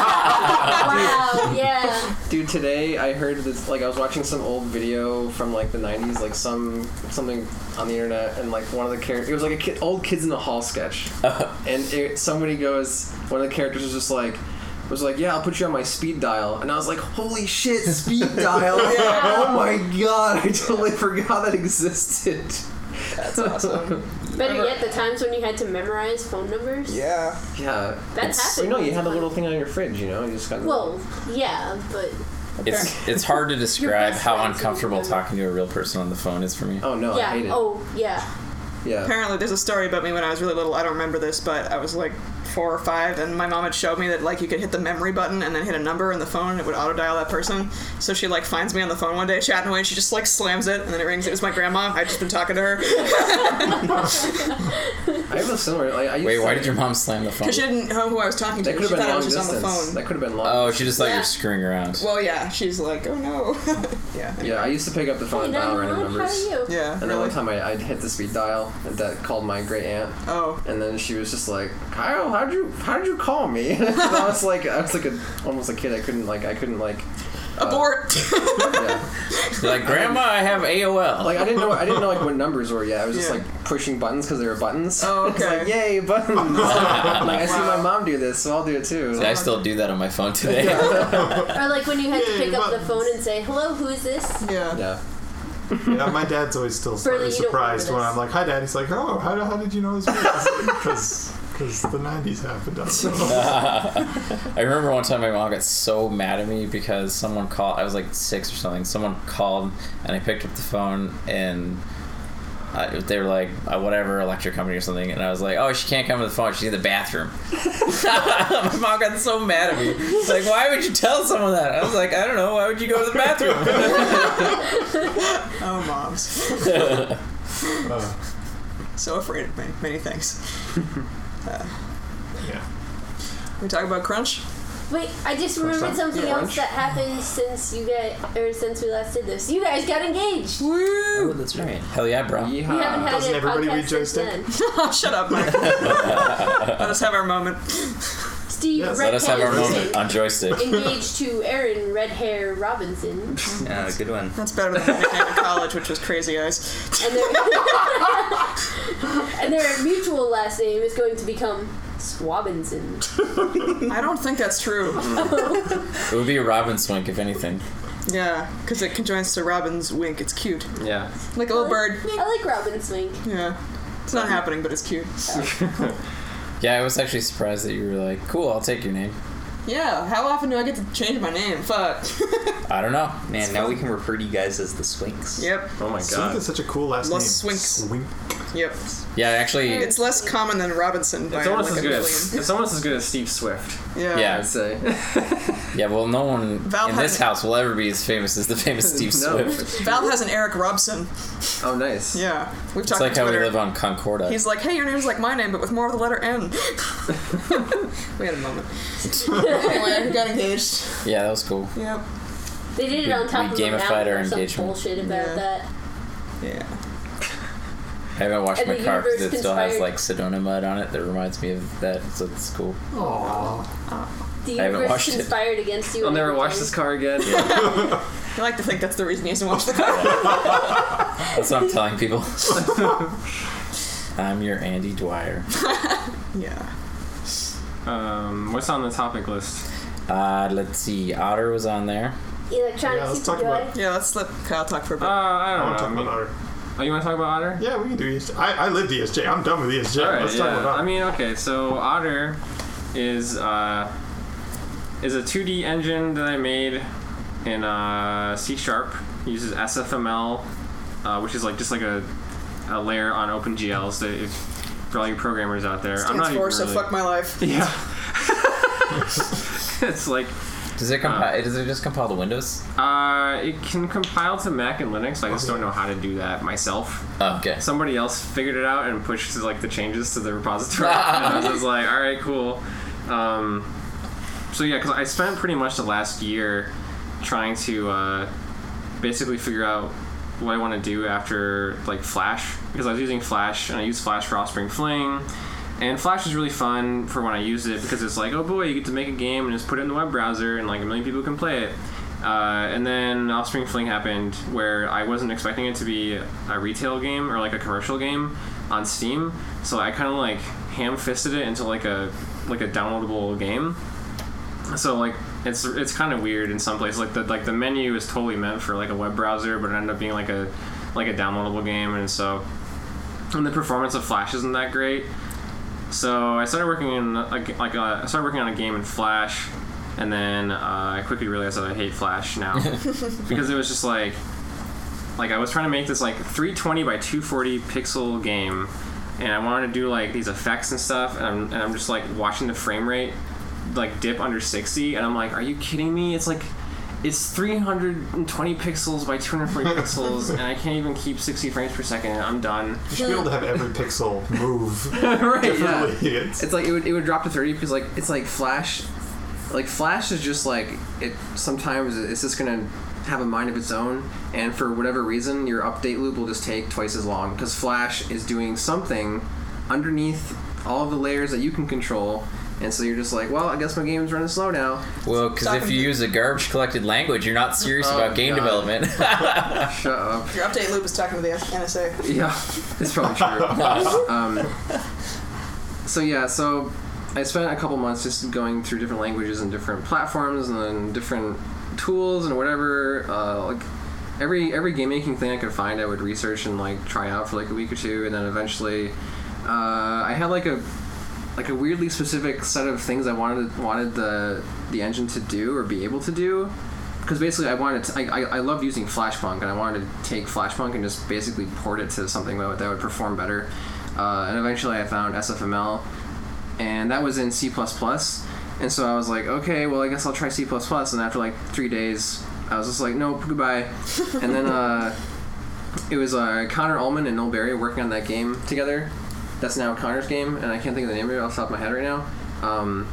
S3: Wow, yeah.
S8: Dude, today I heard this. Like, I was watching some old video from like the '90s, like some something on the internet, and like one of the characters, it was like a kid, old kids in the hall sketch, and it, somebody goes, one of the characters was just like. Was like, yeah, I'll put you on my speed dial, and I was like, holy shit, speed dial! Oh my god, I totally forgot that existed.
S4: That's awesome.
S3: Better yet, the times when you had to memorize phone numbers.
S4: Yeah.
S8: Yeah.
S3: That
S8: it's,
S3: happened
S8: You know, you
S3: all
S8: had
S3: the
S8: the little thing on your fridge. You know, you just got.
S3: Well, yeah, but
S1: It's it's hard to describe
S3: best
S1: how
S3: friends with
S1: uncomfortable
S3: them.
S1: talking to a real person on the phone is for me.
S8: Oh no, I
S3: yeah.
S8: hate it.
S3: Oh, yeah.
S8: Yeah.
S4: Apparently, there's a story about me when I was really little. I don't remember this, but I was like four or five, and my mom had showed me that like you could hit the memory button and then hit a number in the phone, and it would auto dial that person. So she like finds me on the phone one day chatting away, and she just like slams it, and then it rings. It was my grandma. I'd just been talking to her because
S8: I have a similar. Like, I used
S1: Wait,
S8: to,
S1: why did your mom slam the phone?
S4: she didn't know who I was talking to.
S8: That
S4: She
S8: could have
S4: thought
S8: been
S4: I
S8: long
S4: was just
S8: distance.
S4: on the phone.
S8: That could have been long.
S1: Oh, she just thought you
S3: Yeah.
S1: were screwing around.
S4: Well, yeah, she's like, oh no, yeah,
S8: yeah, I used to pick up the phone
S3: Hey,
S8: and dial
S3: Diamond,
S8: random
S3: how are
S8: numbers.
S3: you?
S4: yeah,
S8: And then
S4: really.
S8: one time I, I'd hit the speed dial that called my great aunt,
S4: Oh,
S8: and then she was just like, "Kyle, how'd you how'd you call me?" and I was like, I was like a, almost a kid. I couldn't like I couldn't like
S4: abort.
S8: yeah.
S1: You're like, Grandma, I have AOL.
S8: like I didn't know I didn't know like what numbers were yet. I was just
S4: Yeah.
S8: like pushing buttons because they were buttons.
S4: Oh,
S8: It's
S4: okay.
S8: like yay buttons! like I see my mom do this, so I'll do it too.
S1: See, I still do that on my phone today.
S3: Or like when you had to
S6: Yay,
S3: pick up the
S6: buttons.
S3: phone and say, "Hello, who is this?"
S4: yeah.
S8: yeah.
S6: Yeah, my dad's always still
S3: Burley,
S6: slightly
S3: you don't remember
S6: surprised when
S3: this.
S6: I'm like, "Hi, Dad." He's like, "Oh, how, how did you know this?" Because because the '90s happened. I don't know.
S1: I remember one time my mom got so mad at me because someone called. I was like six or something. Someone called and I picked up the phone and I, they were like, uh, whatever, electric company or something. And I was like, oh, she can't come to the phone. She's in the bathroom. my mom got so mad at me. She's like, why would you tell someone that? I was like, I don't know. Why would you go to the bathroom?
S4: Oh, moms,
S6: Uh,
S4: so afraid of many, many things.
S6: yeah.
S4: We talk about crunch.
S3: Wait, I just remembered
S8: time?
S3: something
S8: Yeah.
S3: else that happened since you guys or since we last did this. You guys got engaged. We
S1: oh, that's right. Hell yeah, bro.
S3: haven't
S8: Yeehaw.
S3: had
S6: Uh, Doesn't
S3: a
S6: everybody
S3: podcast
S6: read
S3: since then.
S6: joystick?
S4: Shut up, Mike. Let us have our moment.
S3: Steve
S6: Yes.
S1: Let
S3: Red
S1: us have our
S3: Hands
S1: moment on joystick.
S3: engaged to Erin Red Hair Robinson,
S9: Yeah, good one.
S4: That's better than my nickname in college, which was Crazy Eyes.
S3: and their and their mutual last name is going to become Swabinson.
S4: I don't think that's true.
S1: It would be a robin's wink, if anything.
S4: Yeah, because it conjoins to Robin's wink. It's cute,
S2: Yeah.
S4: like a little bird.
S3: I like Robin Swink.
S4: Yeah, it's not happening, but it's cute.
S1: Yeah, I was actually surprised that you were like, cool, I'll take your name.
S4: Yeah, how often do I get to change my name? Fuck.
S1: I don't know.
S9: Man, now we can refer to you guys as the Swinks.
S4: yep,
S2: Oh my
S6: Swink
S2: god.
S6: is such a cool last
S4: Los
S6: name.
S4: Swinks.
S6: Swink.
S4: yep.
S1: Yeah, actually,
S4: It's less common than Robinson by
S2: It's almost
S4: like
S2: as
S4: a
S2: good as
S4: million.
S2: it's almost as good as Steve Swift.
S4: Yeah.
S1: Yeah.
S8: I'd say.
S1: Yeah, well, no one
S4: Val
S1: in this
S4: had-
S1: house will ever be as famous as the famous Steve
S8: No.
S1: Swift.
S4: Val has an Eric Robson.
S8: Oh, nice.
S4: Yeah, we've
S1: It's
S4: talked
S1: like
S4: on
S1: how we
S4: Twitter.
S1: live on Concorda.
S4: He's like, hey, your name's like my name, but with more of the letter N. we had a moment. anyway, we got engaged.
S1: yeah, that was cool.
S4: Yep.
S3: They did it
S1: We-
S3: on top
S1: we
S3: of a
S1: gamified
S3: mountain
S1: our
S3: or some
S1: engagement.
S3: bullshit about
S4: Yeah.
S3: that.
S4: Yeah.
S1: I haven't washed
S3: And
S1: my
S3: the
S1: car because it
S3: universe
S1: still has like
S3: conspired.
S1: Sedona mud on it that reminds me of that, so it's cool. I
S3: The
S1: haven't
S3: universe
S1: watched it.
S3: conspired against you.
S2: I'll
S3: and
S2: never
S3: everything.
S2: wash this car again.
S4: I like to think that's the reason he hasn't watched the car.
S1: That's what I'm telling people. I'm your Andy Dwyer.
S4: yeah.
S2: Um, what's on the topic list?
S1: Uh, let's see. Otter was on there.
S3: Electronic
S6: Yeah, let's talk
S3: Superjoy.
S4: Yeah, let's let Kyle talk for a
S2: Uh,
S4: bit.
S2: I
S6: I want to
S2: don't
S6: talk
S2: know.
S6: about Otter.
S2: oh, you want to talk about Otter?
S6: Yeah, we can do ESJ. I, I lived ESJ. I'm done with ESJ.
S2: All right,
S6: Let's
S2: yeah.
S6: talk about Otter.
S2: I mean, okay, so Otter is uh, is a 2D engine that I made in uh, C Sharp. Uses SFML, uh, which is like just like a, a layer on OpenGL. So if, for all you programmers out there, I'm
S4: Stands
S2: not
S4: for
S2: even
S4: so
S2: really,
S4: fuck my life.
S2: Yeah. it's like
S1: Does it compile? does it just compile to Windows?
S2: uh, it can compile to Mac and Linux. I just don't know how to do that myself.
S1: Oh, okay.
S2: somebody else figured it out and pushed like the changes to the repository. and I was just like, all right, cool. Um, so yeah, because I spent pretty much the last year trying to uh, basically figure out what I want to do after like Flash because I was using Flash and I used Flash for Offspring Fling. And Flash is really fun for when I use it because it's like, oh boy, you get to make a game and just put it in the web browser and like a million people can play it. Uh, and then Offspring Fling happened where I wasn't expecting it to be a retail game or like a commercial game on Steam, so I kind of like ham fisted it into like a like a downloadable game so like it's it's kind of weird in some places like the like the menu is totally meant for like a web browser but it ended up being like a like a downloadable game and so
S11: and the performance of Flash isn't that great. So I started working in a, g- like uh, I started working on a game in Flash, and then uh, I quickly realized that I hate Flash now because it was just like like I was trying to make this like 320 by 240 pixel game, and I wanted to do like these effects and stuff, and I'm, and I'm just like watching the frame rate like dip under 60, and I'm like, are you kidding me? It's like it's 320 pixels by 240 pixels, and I can't even keep 60 frames per second. And I'm done.
S6: You should be able to have every pixel move
S2: right, yeah.
S6: differently. It's,
S2: It's like it would, it would drop to thirty because like it's like Flash, like Flash is just like it. Sometimes it's just gonna have a mind of its own, and for whatever reason, your update loop will just take twice as long because Flash is doing something underneath all of the layers that you can control, and so you're just like, well, I guess my game's running slow now.
S1: Well, because if you use a garbage collected language, you're not serious
S2: Oh,
S1: about game
S2: God.
S1: development.
S2: Shut up.
S12: Your update loop is talking to the NSA.
S2: Yeah, it's probably true. um, so yeah, so I spent a couple months just going through different languages and different platforms and then different tools and whatever. Uh, like every every game making thing I could find, I would research and like try out for like a week or two, and then eventually, uh, I had like a like a weirdly specific set of things I wanted wanted the the engine to do or be able to do. Because basically, I wanted to, I, I I loved using Flashpunk, and I wanted to take Flashpunk and just basically port it to something that would, that would perform better. Uh, and eventually, I found SFML, and that was in C++. And so I was like, okay, well, I guess I'll try C++. And after like three days, I was just like, nope, goodbye. and then uh, it was uh, Connor Ullman and Noel Berry working on that game together. That's now Connor's game, and I can't think of the name of it off the top of my head right now. Um,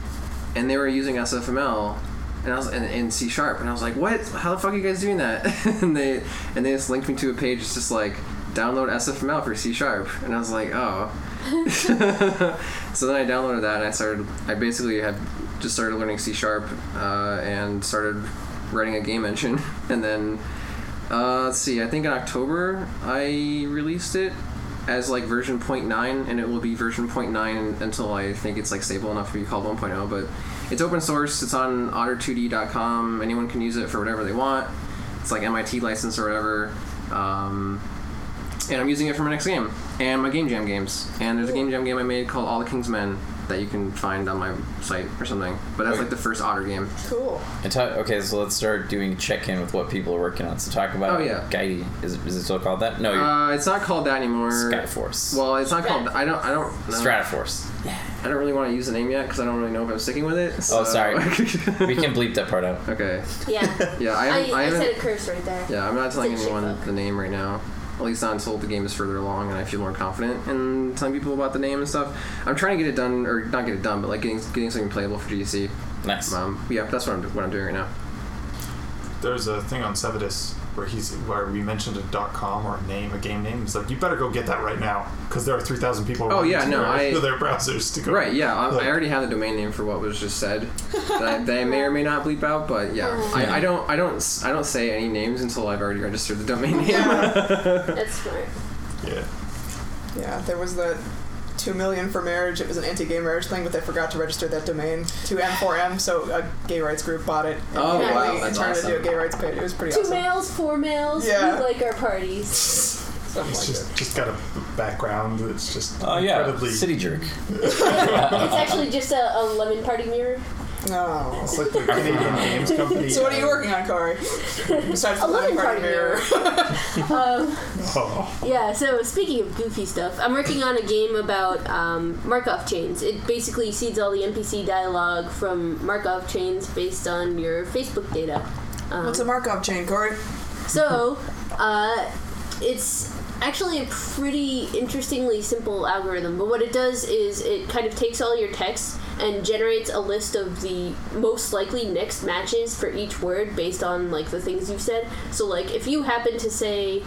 S2: and they were using SFML and I was and, and C sharp, and I was like, "What? How the fuck are you guys doing that?" and they and they just linked me to a page. It's just like download SFML for C sharp, and I was like, "Oh." so then I downloaded that, and I started. I basically had just started learning C sharp uh, and started writing a game engine, and then uh, let's see. I think in October I released it as like version 0.9 and it will be version 0.9 until I think it's like stable enough to be called 1.0 but it's open source it's on otter2d.com anyone can use it for whatever they want it's like MIT license or whatever um, and I'm using it for my next game and my game jam games and there's a game jam game I made called All the King's Men that you can find on my site or something but that's like the first otter game
S12: Cool.
S1: And talk, okay, so let's start doing check in with what people are working on. So talk about
S2: Oh, yeah.
S1: Guidey. Is, it- is it still called that? No, you're
S2: uh, it's not called that anymore
S1: Skyforce.
S2: well uh, it's not called I don't I don't know.
S1: Strataforce.
S2: I don't really want to use the name yet because I don't really know if I'm sticking with it.
S1: Oh,
S2: so-
S1: sorry. we can bleep that part out.
S2: okay.
S3: Yeah.
S2: Yeah, I
S3: I,
S2: haven't. I,
S3: I,
S2: haven't
S3: said a curse right there.
S2: yeah, I'm not telling
S3: It's a
S2: anyone
S3: shitbug.
S2: the name right now. At least not until the game is further along and I feel more confident in telling people about the name and stuff. I'm trying to get it done, or not get it done, but like getting getting something playable for GDC.
S1: Nice.
S2: Um, yeah, that's what I'm what I'm doing right now.
S6: there's a thing on Cevidus where he's where we mentioned a dot com or a name, a game name. It's like you better go get that right now because there are three thousand people.
S2: Oh,
S6: running
S2: yeah,
S6: to
S2: no,
S6: their,
S2: I-
S6: to their browsers to go.
S2: Right? Yeah, I,
S6: Like-
S2: I already have the domain name for what was just said. that, I, that I may or may not bleep out, but yeah, I, I don't I don't s- I don't say any names until I've already registered the domain name.
S3: That's smart.
S6: Yeah.
S4: Yeah, there was the two million for marriage. It was an anti-gay marriage thing, but they forgot to register that domain to M4M, so a gay rights group bought it. And
S2: Oh,
S4: immediately
S2: wow, that's
S4: turned
S2: awesome.
S4: it into a gay rights page. It was pretty
S3: Two
S4: awesome.
S3: males, four males.
S4: Yeah.
S3: We like our parties.
S4: Something
S6: It's
S4: like
S6: just just got a background that's just
S1: Oh, yeah.
S6: incredibly.
S1: City Jerk.
S3: it's actually just a, a lemon party mirror.
S4: that. No.
S6: It's like the Canadian Games Company.
S4: Oh. So what are you working on, Corey? Besides
S3: A
S4: the
S3: lemon
S4: party
S3: party mirror. um,
S6: Oh,
S3: Yeah, so speaking of goofy stuff, I'm working on a game about um, Markov chains. It basically seeds all the NPC dialogue from Markov chains based on your Facebook data. Um,
S4: What's a Markov chain, Corey?
S3: So, uh, it's actually a pretty interestingly simple algorithm, but what it does is it kind of takes all your text and generates a list of the most likely next matches for each word based on like the things you've said. So like if you happen to say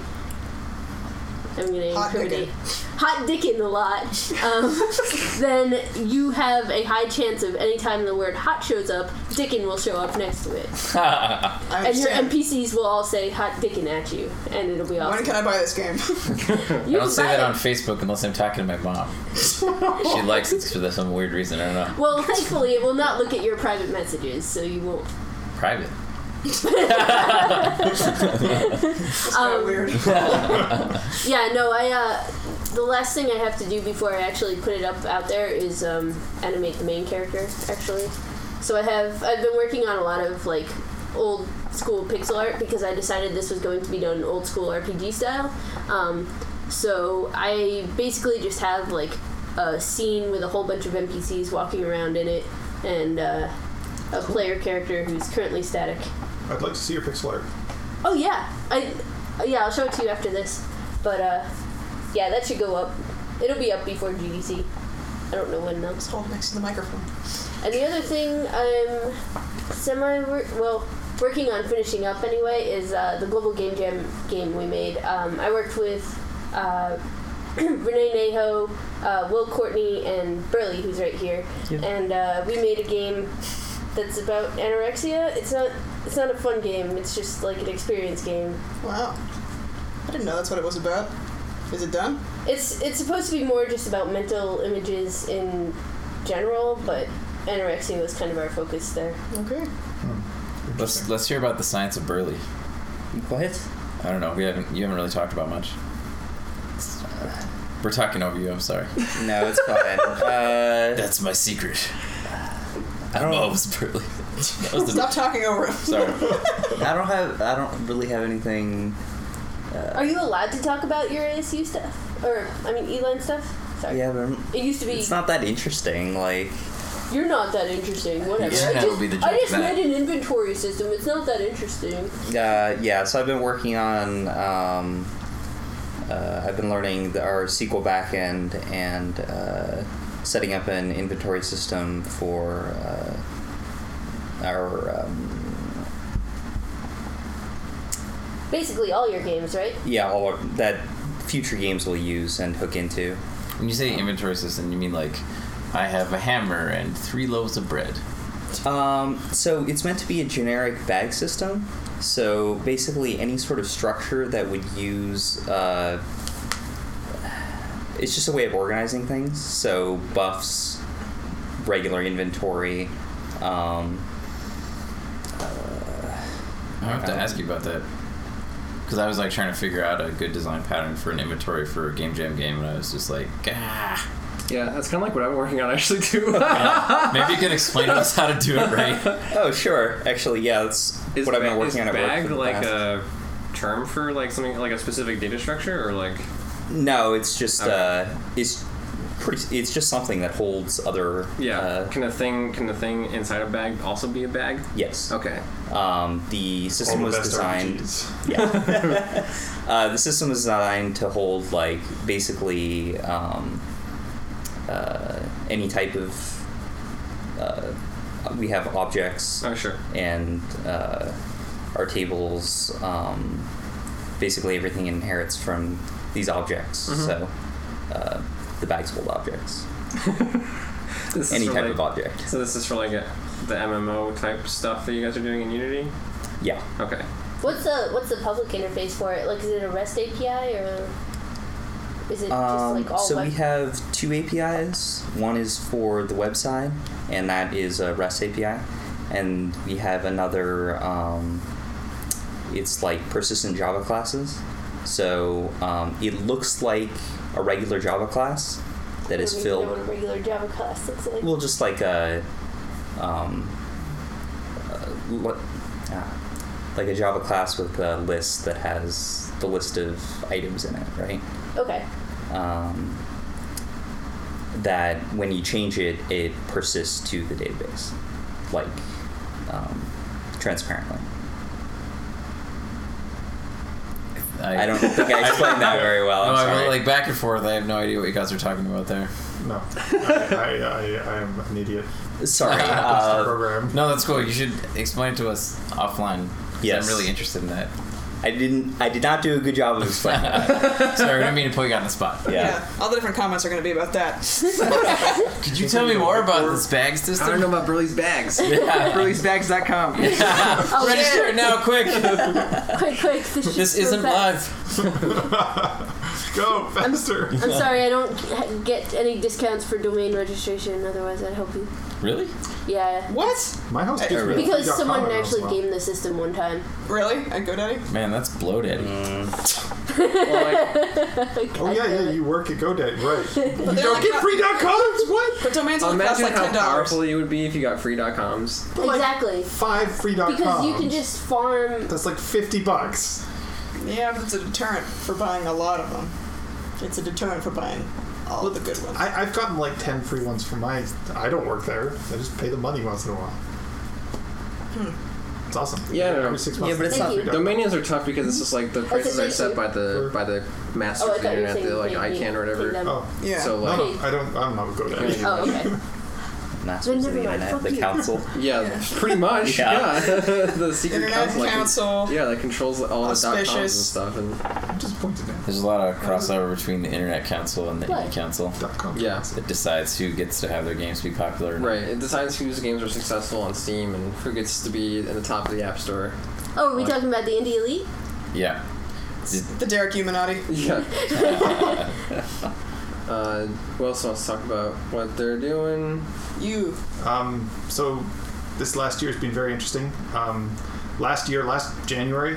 S3: I'm gonna
S4: Hot
S3: incriminate hot dickin' a lot. Um, then you have a high chance of any time the word hot shows up, dickin' will show up next to it.
S4: I
S3: And your
S4: understand.
S3: NPCs will all say hot dickin' at you, and it'll be
S4: When
S3: awesome.
S4: can I buy this game?
S1: I
S3: You
S1: don't
S3: can
S1: say
S3: buy
S1: that
S3: it.
S1: on Facebook unless I'm talking to my mom. she likes it for some weird reason. I don't know.
S3: Well, thankfully, it will not look at your private messages, so you won't.
S1: Private.
S3: Um,
S4: That's kinda weird.
S3: Yeah, no, I. Uh, the last thing I have to do before I actually put it up out there is um, animate the main character. Actually, so I have I've been working on a lot of like old school pixel art because I decided this was going to be done old school RPG style. Um, so I basically just have like a scene with a whole bunch of NPCs walking around in it and uh, a player character who's currently static.
S6: I'd like to see your pixel art.
S3: Oh yeah, I yeah I'll show it to you after this, but uh, yeah that should go up. It'll be up before GDC. I don't know when though.
S13: Just hold next to the microphone.
S3: And the other thing I'm semi well working on finishing up anyway is uh, the global game jam game we made. Um, I worked with uh, Renee Neho, uh, Will Courtney, and Burley, who's right here, and uh, we made a game that's about anorexia. It's not it's not a fun game. It's just like an experience game.
S13: Wow. I didn't know that's what it was about. Is it done?
S3: It's it's supposed to be more just about mental images in general, but anorexia was kind of our focus there.
S13: Okay.
S1: Let's let's hear about the science of Burley.
S7: What?
S1: I don't know. We haven't you haven't really talked about much. We're talking over you. I'm sorry.
S7: No, it's Oh, fine. Uh,
S1: That's my secret.
S7: I
S1: Oh, it
S7: don't.
S1: was Burley. That was the,
S13: Stop talking over him.
S1: sorry.
S7: I don't have. I don't really have anything. Uh,
S3: Are you allowed to talk about your ASU stuff? Or, I mean, E Eline stuff? Sorry.
S7: Yeah, but I'm-
S3: It used to be.
S7: it's not that interesting. Like,
S3: you're not that interesting. Whatever.
S7: Yeah,
S3: I
S7: that
S3: just,
S7: would be the
S3: I
S7: joke
S3: just
S7: then.
S3: made an inventory system. It's not that interesting.
S7: uh, yeah. So I've been working on. Um, uh, I've been learning the, our SQL backend and uh, setting up an inventory system for uh, our. Um,
S3: Basically, all your games, right?
S7: yeah, all of, that future games will use and hook into.
S1: When you say inventory system, you mean like I have a hammer and three loaves of bread.
S7: Um, so it's meant to be a generic bag system. So basically, any sort of structure that would use. Uh, it's just a way of organizing things. So buffs, regular inventory. Um,
S1: I have to ask you about that because I was like trying to figure out a good design pattern for an inventory for a game jam game, and I was just like, ah.
S8: Yeah, that's kind of like what I've been working on actually too.
S1: Maybe you can explain to us how to do it right.
S7: oh, sure. Actually, yeah, that's
S2: Is
S7: what I've
S2: ba-
S7: been
S2: is
S7: working on. at work
S2: bag
S7: for the
S2: like
S7: past-
S2: a term for like something like a specific data structure or like
S7: No, it's just
S2: Okay.
S7: uh, it's pretty. It's just something that holds other.
S2: yeah
S7: Uh,
S2: can a thing can a thing inside a bag also be a bag?
S7: yes.
S2: Okay.
S7: Um, the system
S6: All the
S7: was
S6: best
S7: designed.
S6: RPGs.
S7: Uh, the system was designed to hold like basically um, uh, any type of. Uh, we have objects
S2: Oh sure.
S7: and uh, our tables. Um, basically, everything inherits from these objects. So. Uh, the bags hold objects.
S2: This
S7: Any
S2: is for,
S7: type
S2: like-
S7: of object.
S2: So this is for like a, the MMO type stuff that you guys are doing in Unity.
S7: Yeah.
S2: Okay.
S3: What's the what's the public interface for it? Like, is it a REST API or is it just
S7: Um,
S3: like all
S7: so
S3: web?
S7: we have two APIs. One is for the website, and that is a REST API, and we have another. Um, it's like persistent Java classes, so um, it looks like a regular Java class that is
S3: I don't even know what
S7: filled.
S3: a regular Java class looks like.
S7: Well, just like a, um, uh, li- ah, like a Java class with a list that has the list of items in it, right?
S3: okay.
S7: um, that when you change it, it persists to the database, like um, transparently. I don't think I explained that very well.
S1: No,
S7: I'm
S1: I
S7: sorry.
S1: went like back and forth. I have no idea what you guys are talking about there.
S6: No, I, I, I, I am an idiot.
S7: sorry.
S6: Our
S7: Uh,
S6: program.
S1: No, that's cool. You should explain it to us offline. 'cause
S7: Yes.
S1: I'm really interested in that.
S7: I didn't. I did not do a good job of explaining that.
S1: Sorry, I didn't mean to put you on the spot.
S7: Yeah.
S4: All the different comments are going to be about that.
S1: Could you tell me more about this bag
S8: I don't
S1: system?
S8: know about Burley's bags. Burley'sbags.com.
S3: Oh,
S1: Register
S3: yeah.
S1: it now, quick!
S3: quick, quick. This,
S1: This
S3: shit's
S1: isn't
S3: so fast.
S1: live.
S6: Go faster.
S3: I'm sorry, I don't ha- get any discounts for domain registration. Otherwise, I'd help you.
S1: Really?
S3: Yeah,
S4: What?
S6: My house gives me
S3: because
S6: free dot com
S3: someone
S6: every once in
S3: actually
S6: a while.
S3: gamed the system one time.
S4: Really? At GoDaddy?
S1: Man, that's bloated.
S6: Oh yeah, yeah. You work at GoDaddy, right?
S4: But
S6: you
S4: they're
S6: don't
S4: like
S6: get
S4: not-
S6: free dot coms. What?
S4: But domains only cost like
S8: Imagine how
S4: ten dollars.
S8: powerful you would be if you got free dot coms.
S6: But, like,
S3: Exactly.
S6: five free dot coms.
S3: Because you can just farm.
S6: That's like fifty bucks.
S4: Yeah, but it's a deterrent for buying a lot of them. It's a deterrent for buying all of the good ones.
S6: I, I've gotten like ten free ones from my. I don't work there. I just pay the money once in a while. It's awesome.
S8: Yeah, I don't know.
S6: Every six months.
S7: Yeah, but it's
S3: Thank
S7: not
S3: you.
S6: free dot com.
S8: Dominions are tough because it's just like the prices are set by the by the master
S3: Oh, I
S8: of the
S3: thought you were
S8: internet,
S3: saying
S8: the like
S3: you can't
S8: ICANN or
S3: eat
S8: whatever.
S3: them.
S6: Oh
S4: yeah.
S8: So
S6: no,
S8: like,
S6: no, I don't. I'm not good at
S8: Really?
S6: it.
S3: Oh, okay.
S7: Masters of the
S3: never mind,
S7: Internet,
S3: fuck
S7: the
S3: you.
S7: council.
S3: E.
S8: yeah, pretty much. Yeah,
S7: Yeah.
S8: the secret
S4: Internet
S8: council. like,
S4: Council.
S8: yeah, that controls all the dot coms and
S4: Auspicious.
S8: stuff, and
S6: I'm disappointed now.
S1: There's a lot
S7: Um,
S1: of crossover between the Internet Council and the
S3: What?
S1: Indie Council
S6: Dot com.
S8: yeah,
S1: that decides who gets to have their games be popular. or not.
S8: right. It decides whose games are successful on Steam and who gets to be in the top of the App Store.
S3: Oh, are we talking about the Indie Elite?
S1: Yeah. D-
S4: The Derek Humanati.
S8: Yeah. uh, what else wants to talk about? What they're doing?
S4: You.
S6: Um, so this last year has been very interesting. Um, last year, last January,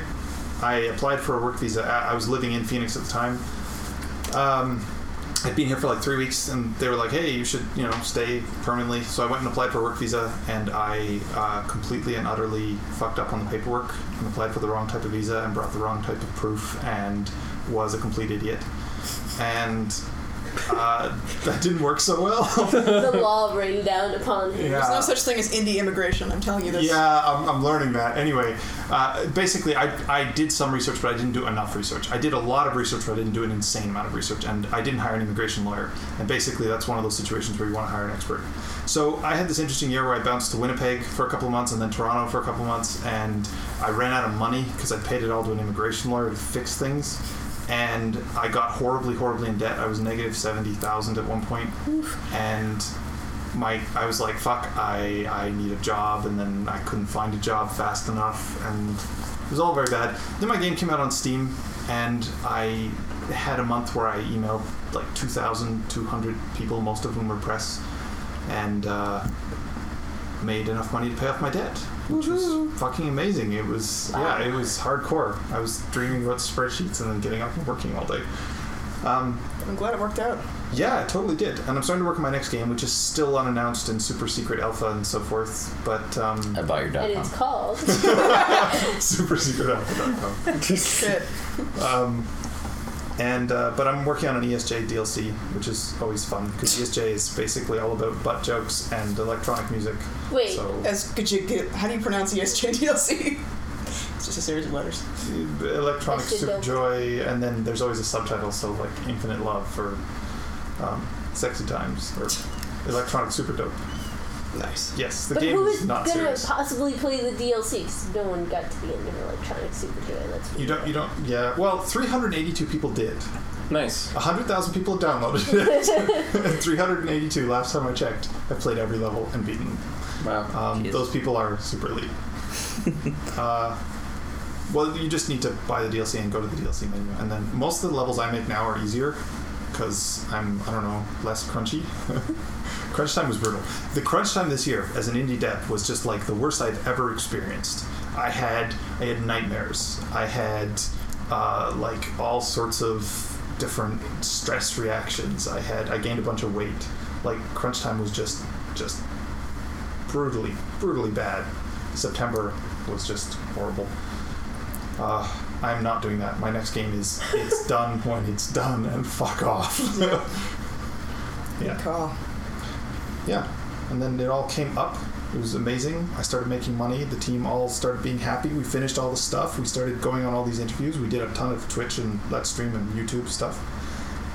S6: I applied for a work visa. I, I was living in Phoenix at the time. Um, I'd been here for like three weeks, and they were like, "Hey, you should, you know, stay permanently." So I went and applied for a work visa, and I uh, completely and utterly fucked up on the paperwork and applied for the wrong type of visa and brought the wrong type of proof and was a complete idiot. And uh, that didn't work so well.
S3: the law rained down upon him.
S6: Yeah.
S4: There's no such thing as indie immigration. I'm telling you this.
S6: Yeah, I'm, I'm learning that. Anyway, uh, basically, I, I did some research, but I didn't do enough research. I did a lot of research, but I didn't do an insane amount of research, and I didn't hire an immigration lawyer. And basically, that's one of those situations where you want to hire an expert. So I had this interesting year where I bounced to Winnipeg for a couple of months and then Toronto for a couple of months, and I ran out of money because I paid it all to an immigration lawyer to fix things. And I got horribly, horribly in debt. I was negative seventy thousand at one point, and my I was like, fuck, I, I need a job, and then I couldn't find a job fast enough, and it was all very bad. Then my game came out on Steam, and I had a month where I emailed like 2,200 people, most of whom were press, and uh, made enough money to pay off my debt, which was fucking amazing. It was, yeah, it was hardcore. I was dreaming about spreadsheets and then getting up and working all day. Um,
S4: I'm glad it worked out.
S6: yeah, I totally did. And I'm starting to work on my next game, which is still unannounced and super secret alpha and so forth. But um,
S1: I bought your dot
S3: And
S1: com.
S3: it's called. Oh.
S6: super secret alpha.
S4: Shit.
S6: um, and uh, but I'm working on an ESJ DLC, which is always fun because ESJ is basically all about butt jokes and electronic music.
S3: Wait,
S6: So
S4: As could you get? How do you pronounce ESJDLC? it's just a series of letters.
S6: uh, electronic
S3: That's good
S6: super
S3: though.
S6: joy, and then there's always a subtitle, so like infinite love for um, sexy times or electronic super dope.
S4: Nice.
S6: Yes, the
S3: but
S6: game
S3: who
S6: is
S3: is
S6: not
S3: gonna
S6: serious.
S3: possibly play the DLC? 'Cause no one got to be in an electronic super joy. Let's be
S6: You don't. You don't. Yeah. Well, 382 people did.
S8: Nice.
S6: 100,000 people have downloaded it. 382 last time I checked. I've played every level and beaten. them.
S8: Wow.
S6: Um,
S7: Jeez.
S6: those people are super elite. uh, well, you just need to buy the DLC and go to the DLC menu, and then most of the levels I make now are easier because I'm I don't know less crunchy. crunch time was brutal. The crunch time this year as an indie dev was just like the worst I've ever experienced. I had I had nightmares. I had uh, like all sorts of different stress reactions. I had I gained a bunch of weight. Like crunch time was just just brutally, brutally bad. September was just horrible. Uh, I'm not doing that. My next game is it's done when it's done and fuck off. yeah,
S4: Call.
S6: yeah. And then it all came up. It was amazing. I started making money. The team all started being happy. We finished all the stuff. We started going on all these interviews. We did a ton of Twitch and Let's Stream and YouTube stuff.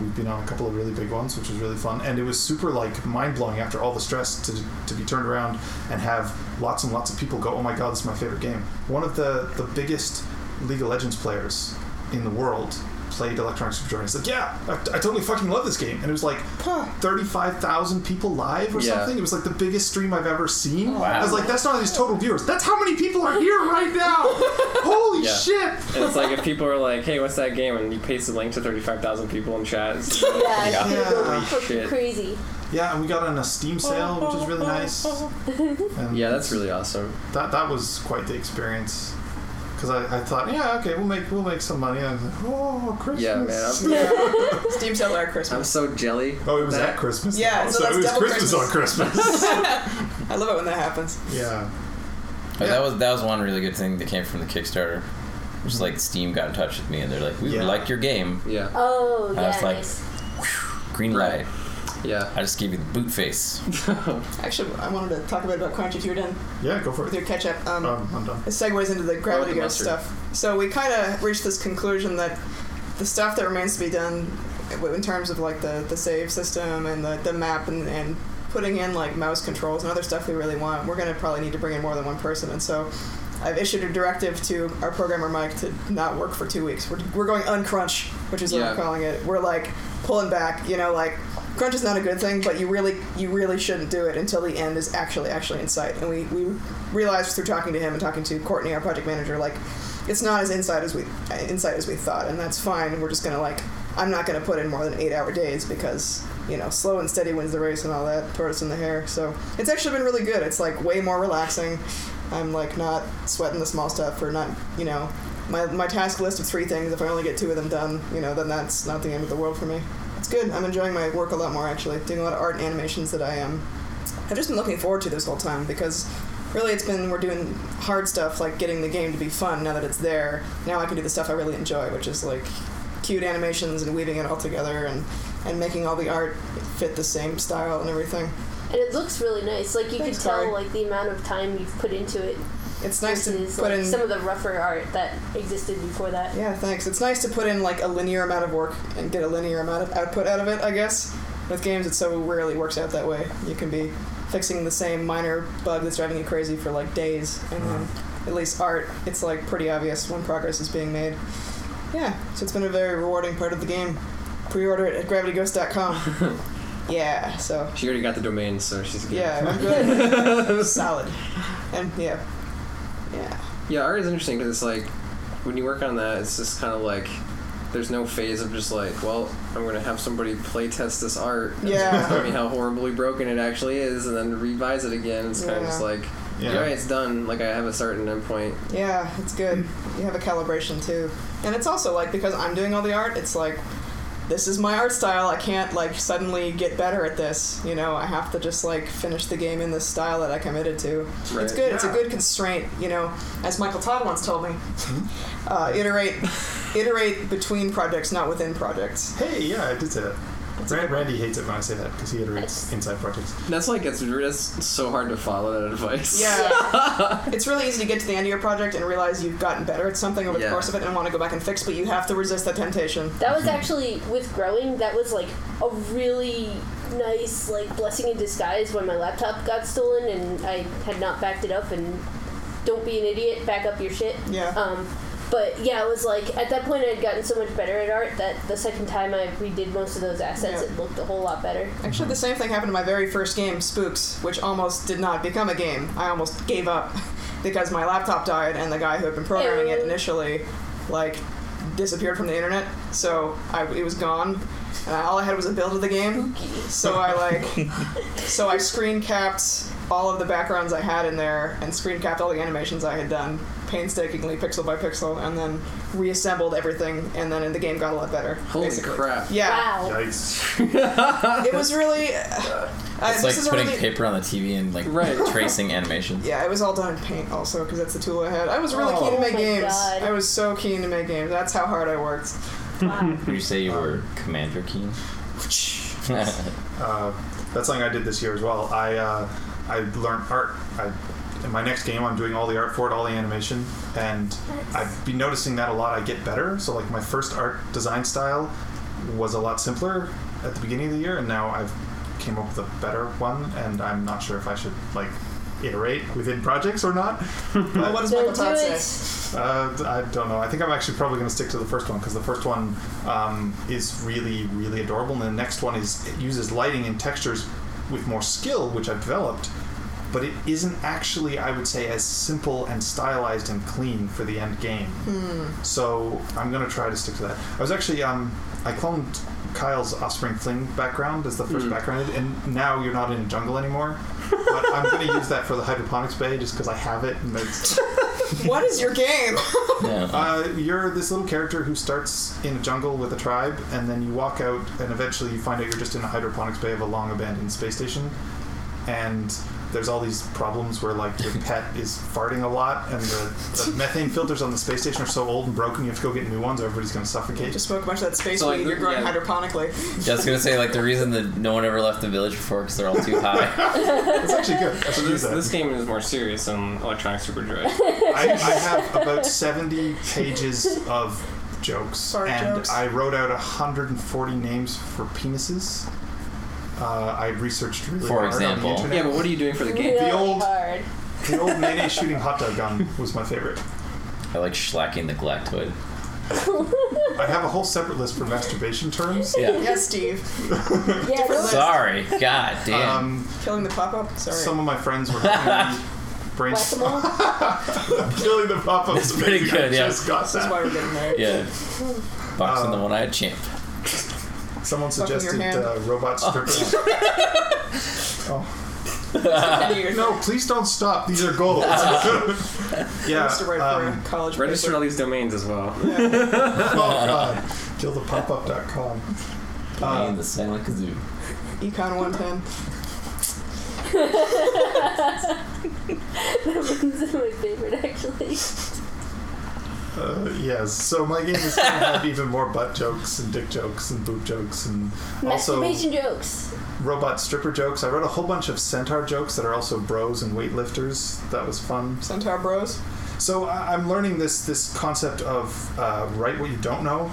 S6: We've been on a couple of really big ones, which was really fun, and it was super like mind blowing after all the stress to, to be turned around and have lots and lots of people go, "Oh my god, this is my favorite game." One of the the biggest League of Legends players in the world played Electronic Super Journey. He's like, "Yeah, I, I totally fucking love this game," and it was like thirty five thousand people live or
S8: Yeah.
S6: something. It was like the biggest stream I've ever seen. I
S1: Wow.
S6: was like, "That's not his total viewers. That's how many people are here right now." Holy
S8: Yeah.
S6: shit!
S8: And it's like if people are like, "Hey, what's that game?" and you paste a link to thirty-five thousand people in chat. It's
S3: Yeah, it's gonna go
S6: Yeah.
S3: fucking
S8: Shit.
S3: crazy.
S6: Yeah, and we got on a Steam sale, which is really nice. And
S8: Yeah, that's really awesome.
S6: that that was quite the experience because because I, I thought, yeah, okay, we'll make we'll make some money. I was like, oh, Christmas.
S8: Yeah, man. I'm,
S4: Steam Seller at
S8: I'm
S4: Christmas.
S8: so jelly.
S6: Oh, it was
S8: That-
S6: at Christmas.
S4: Yeah,
S6: though,
S4: so that's
S6: it was
S4: double
S6: Christmas, on Christmas.
S4: I love it when that happens.
S6: yeah.
S1: Oh, that was that was one really good thing that came from the Kickstarter. It was like Steam got in touch with me and they're like, "We
S6: Yeah.
S1: would like your game."
S8: Yeah,
S3: Oh,
S1: I
S3: yeah,
S1: was like-
S3: nice.
S1: Green light.
S8: yeah.
S1: I just gave you the boot face.
S4: Actually, I wanted to talk a bit about Crunchy if you were done
S6: Yeah, go for
S4: with
S6: it.
S4: your catch up. Um,
S6: Um, I'm done.
S4: it segues into the gravity
S1: the
S4: ghost
S1: mustard.
S4: stuff. So we kind of reached this conclusion that the stuff that remains to be done, w- in terms of like the, the save system and the, the map and, and putting in like mouse controls and other stuff we really want, we're going to probably need to bring in more than one person. And so I've issued a directive to our programmer Mike to not work for two weeks. We're, we're going uncrunch, which is what
S8: Yeah.
S4: we're calling it. We're like pulling back, you know, like crunch is not a good thing, but you really you really shouldn't do it until the end is actually actually in sight. And we we realized through talking to him and talking to Courtney, our project manager, like it's not as inside as we uh, inside as we thought, and that's fine. We're just gonna like I'm not gonna put in more than eight hour days because you know slow and steady wins the race and all that tortoise in the hair. So it's actually been really good. It's like way more relaxing. I'm like not sweating the small stuff or not you know. My, my task list of three things, if I only get two of them done, you know, then that's not the end of the world for me. It's good. I'm enjoying my work a lot more actually. Doing a lot of art and animations that I um I've just been looking forward to this whole time because really it's been we're doing hard stuff like getting the game to be fun now that it's there. Now I can do the stuff I really enjoy, which is like cute animations and weaving it all together and and making all the art fit the same style and everything.
S3: And it looks really nice. Like you
S4: Thanks,
S3: could tell,
S4: Corey.
S3: like the amount of time you've put into it
S4: It's nice to
S3: versus
S4: put
S3: like,
S4: in
S3: some of the rougher art that existed before that.
S4: Yeah, thanks. It's nice to put in like a linear amount of work and get a linear amount of output out of it, I guess. With games, it so rarely works out that way. You can be fixing the same minor bug that's driving you crazy for like days, and then at least art, it's like pretty obvious when progress is being made. Yeah, so it's been a very rewarding part of the game. Pre-order it at gravityghost.com. yeah, so
S8: She already got the domain, so she's good.
S4: yeah, I'm good. solid, and yeah, yeah.
S8: Yeah, art is interesting because it's like when you work on that, it's just kind of like there's no phase of just like, well, I'm gonna have somebody play test this art, and
S4: Yeah.
S8: tell me how horribly broken it actually is, and then revise it again. It's kind of just
S4: Yeah.
S8: like,
S6: Yeah.
S8: yeah, it's done. Like I have a certain endpoint.
S4: Yeah, it's good. You have a calibration too. And it's also like because I'm doing all the art, it's like this is my art style. I can't like suddenly get better at this. You know, I have to just like finish the game in this style that I committed to. It's
S8: Right.
S4: good. It's a
S6: Yeah.
S4: good constraint. You know, as Michael Todd once told me, uh, iterate, iterate between projects, not within projects.
S6: Hey, yeah, I did say that. Ran- Randy hates it when I say that because he iterates
S3: That's-
S6: inside projects.
S8: That's like it's that's so hard to follow that advice.
S4: Yeah, it's really easy to get to the end of your project and realize you've gotten better at something over the
S8: Yeah.
S4: course of it and want to go back and fix, but you have to resist that temptation.
S3: That was actually with growing. That was like a really nice like blessing in disguise when my laptop got stolen and I had not backed it up. And don't be an idiot. Back up your shit.
S4: Yeah.
S3: Um, but yeah, it was like at that point I'd gotten so much better at art that the second time I redid most of those assets,
S4: Yeah.
S3: it looked a whole lot better.
S4: Actually, the same thing happened to my very first game, Spooks, which almost did not become a game. I almost gave up because my laptop died, and the guy who had been programming it
S3: Ew.
S4: initially, like, disappeared from the internet. So I, it was gone, and I, all I had was a build of the game. So I like, so I screen capped all of the backgrounds I had in there, and screen capped all the animations I had done painstakingly, pixel by pixel, and then reassembled everything, and then the game got a lot better.
S8: Holy
S4: basically.
S8: crap!
S4: Yeah,
S3: Wow.
S6: Yikes.
S4: it was really. Uh,
S1: It's
S4: this is
S1: like
S4: a
S1: putting
S4: really,
S1: paper on the TV and like
S8: Right.
S1: tracing animations.
S4: Yeah, it was all done in paint also because that's the tool I had. I was really keen to
S3: Oh.
S4: make
S3: Oh my
S4: games.
S3: God.
S4: I was so keen to make games. That's how hard I worked.
S3: wow.
S1: Would you say you were Commander Keen?
S6: Uh, that's something I did this year as well. I uh, I learned art. I, in my next game, I'm doing all the art for it, all the animation, and I've been noticing that a lot. I get better. So like my first art design style was a lot simpler at the beginning of the year, and now I've came up with a better one, and I'm not sure if I should like iterate within projects or not.
S4: Well, what does
S3: Don't
S4: Michael Todd
S3: do
S4: say?
S3: it.
S6: Uh, I don't know. I think I'm actually probably going to stick to the first one because the first one um, is really, really adorable, and the next one is it uses lighting and textures with more skill, which I've developed. But it isn't actually, I would say, as simple and stylized and clean for the end game. So I'm going to try to stick to that. I was actually, um, I cloned Kyle's Offspring Fling background as the first background, and now you're not in a jungle anymore. but I'm going to use that for the hydroponics bay just because I have it, and it's
S4: what is your game?
S6: Uh, you're this little character who starts in a jungle with a tribe, and then you walk out, and eventually you find out you're just in a hydroponics bay of a long abandoned space station. And there's all these problems where, like, your pet is farting a lot, and the, the methane filters on the space station are so old and broken, you have to go get new ones, or everybody's going to suffocate.
S4: Just smoke much of that space
S2: So, like,
S4: weed you're growing
S2: yeah.
S4: hydroponically.
S1: Yeah, I was gonna say like the reason that no one ever left the village before because they're all too high.
S6: It's actually good. I should
S2: This,
S6: use that.
S2: this game is more serious than Electronic Superdrive.
S6: I, I have about 70 pages of jokes,
S4: Fart
S6: and
S4: jokes.
S6: I wrote out 140 names for penises. Uh, I researched really
S1: For
S6: hard
S1: example.
S6: on the internet.
S8: Yeah, but what are you doing for the game?
S3: Really
S6: old-
S3: hard.
S6: The old mayonnaise shooting hot dog gun was my favorite.
S1: I like schlacking the galactoid.
S6: I have a whole separate list for masturbation terms.
S1: Yeah.
S4: Yes, Steve.
S3: Yeah,
S4: Different
S3: those-
S1: Sorry. God damn.
S6: Um,
S4: Killing the pop up. Sorry.
S6: some of my friends were having me brainstorm
S3: whack-a-mole.
S6: killing the pop up.
S1: That's pretty good,
S6: I
S1: yeah.
S6: just got
S4: That's why
S6: that.
S4: we're getting married.
S1: yeah. Boxing the one-eyed champ.
S6: Someone
S4: Fucking your
S6: suggested
S4: hand.
S6: uh, robot Oh. strippers.
S4: And you're
S6: no, please don't stop. These are goals. yeah.
S4: supposed to write
S6: um,
S4: for a college
S2: Register all
S4: paper.
S2: these domains as well.
S6: oh god killthepopup.com Uh,
S1: Playing the silent kazoo.
S4: Econ 110.
S3: That one's my favorite, actually.
S6: uh, yes so my game is going to have even more butt jokes and dick jokes and boob jokes and also
S3: Masturbation jokes.
S6: robot stripper jokes i wrote a whole bunch of centaur jokes that are also bros and weightlifters that was fun
S4: Centaur Bros.
S6: so I- i'm learning this this concept of uh, write what you don't know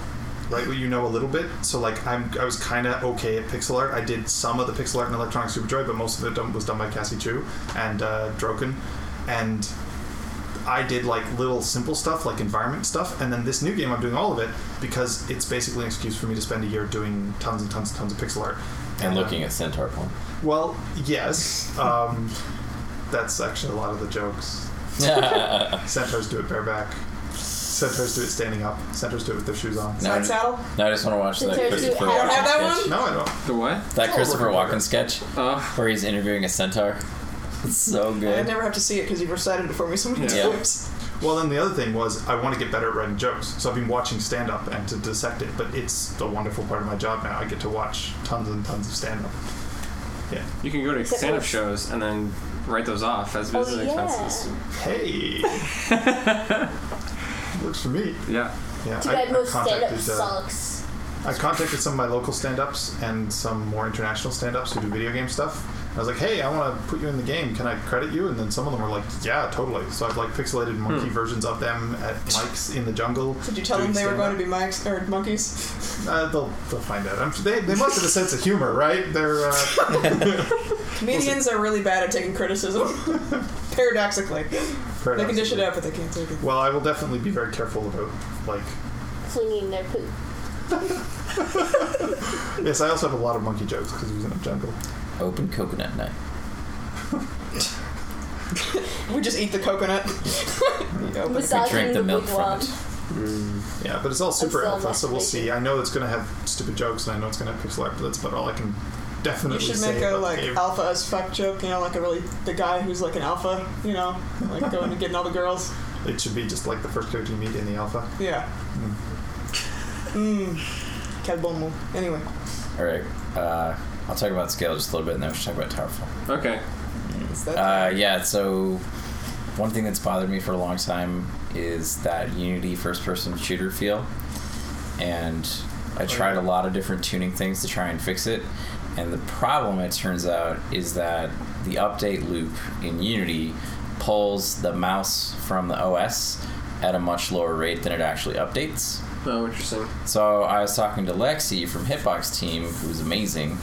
S6: write what you know a little bit so like i'm i was kind of okay at pixel art i did some of the pixel art in electronic superdrive but most of it done, was done by cassie chu and uh, droken and I did like little simple stuff, like environment stuff, and then this new game I'm doing all of it because it's basically an excuse for me to spend a year doing tons and tons and tons of pixel art.
S1: And looking at centaur porn.
S6: Well, yes, um, that's actually a lot of the jokes.
S1: now,
S6: Centaurs do it bareback. Centaurs do it standing up. Centaurs do it with their shoes on.
S1: I
S4: Side
S1: just,
S4: saddle.
S1: now I just want to watch that
S3: Centaur do
S1: Christopher
S3: it. I don't
S1: Walken
S4: have that
S1: sketch.
S4: one.
S6: No, I don't.
S2: The what?
S1: That Christopher
S6: we're
S1: Walken
S6: good.
S1: sketch
S2: Oh,
S1: where he's interviewing a centaur. It's so
S4: I'd
S1: good.
S4: never have to see it because you've recited it for me so many
S1: Yeah.
S4: times.
S6: Well, then the other thing was I want to get better at writing jokes, so I've been watching stand up and to dissect it. But it's a wonderful part of my job now. I get to watch tons and tons of stand up.
S2: you can go to stand-up shows and then write those off as
S3: Oh,
S2: business
S3: yeah.
S2: expenses.
S6: Hey, works for me.
S2: Yeah.
S6: Yeah,
S3: Too
S6: I,
S3: bad most
S6: I
S3: stand-up
S6: contacted. Uh,
S3: sucks.
S6: I contacted some of my local stand-ups and some more international stand-ups who do video game stuff. I was like, "Hey, I want to put you in the game. Can I credit you?" And then some of them were like, "Yeah, totally." So I've like pixelated monkey versions of them at mics in the jungle.
S4: Did you tell them they were going to be mics or monkeys?
S6: Uh, they'll, they'll find out. I'm, they, they must have a sense of humor, right? They're uh,
S4: Comedians are really bad at taking criticism. Paradoxically, they can dish it out, but they can't take it.
S6: Well, I will definitely be very careful about like.
S3: Flinging their poop.
S6: Yes, I also have a lot of monkey jokes because it was in a jungle.
S1: Open coconut night.
S4: We just eat the coconut. Yeah, but-
S3: Massaging
S1: drank the milk from
S3: wigwam.
S1: it.
S6: Yeah, but it's all super
S3: still
S6: alpha, so we'll
S3: masturbating.
S6: see. I know it's going to have stupid jokes, and I know it's going to have pixel art, but that's about all I can
S4: You
S6: definitely
S4: should
S6: say.
S4: make a
S6: about the
S4: like
S6: game.
S4: alpha as fuck joke, you know, like a really the guy who's like an alpha, you know, like going and getting all the girls.
S6: It should be just like the first character you meet in the alpha.
S4: Yeah.
S6: Hmm.
S4: Mmm. Quel bon mot. Anyway,
S1: All right. Uh, I'll talk about scale just a little bit, and then we should talk about Towerfall.
S2: Okay.
S4: it's that
S1: Uh, yeah, so one thing that's bothered me for a long time is that Unity first person shooter feel. And I tried a lot of different tuning things to try and fix it. And the problem, it turns out, is that the update loop in Unity pulls the mouse from the OS at a much lower rate than it actually updates.
S2: Oh, interesting.
S1: So I was talking to Lexi from Hitbox Team, who's amazing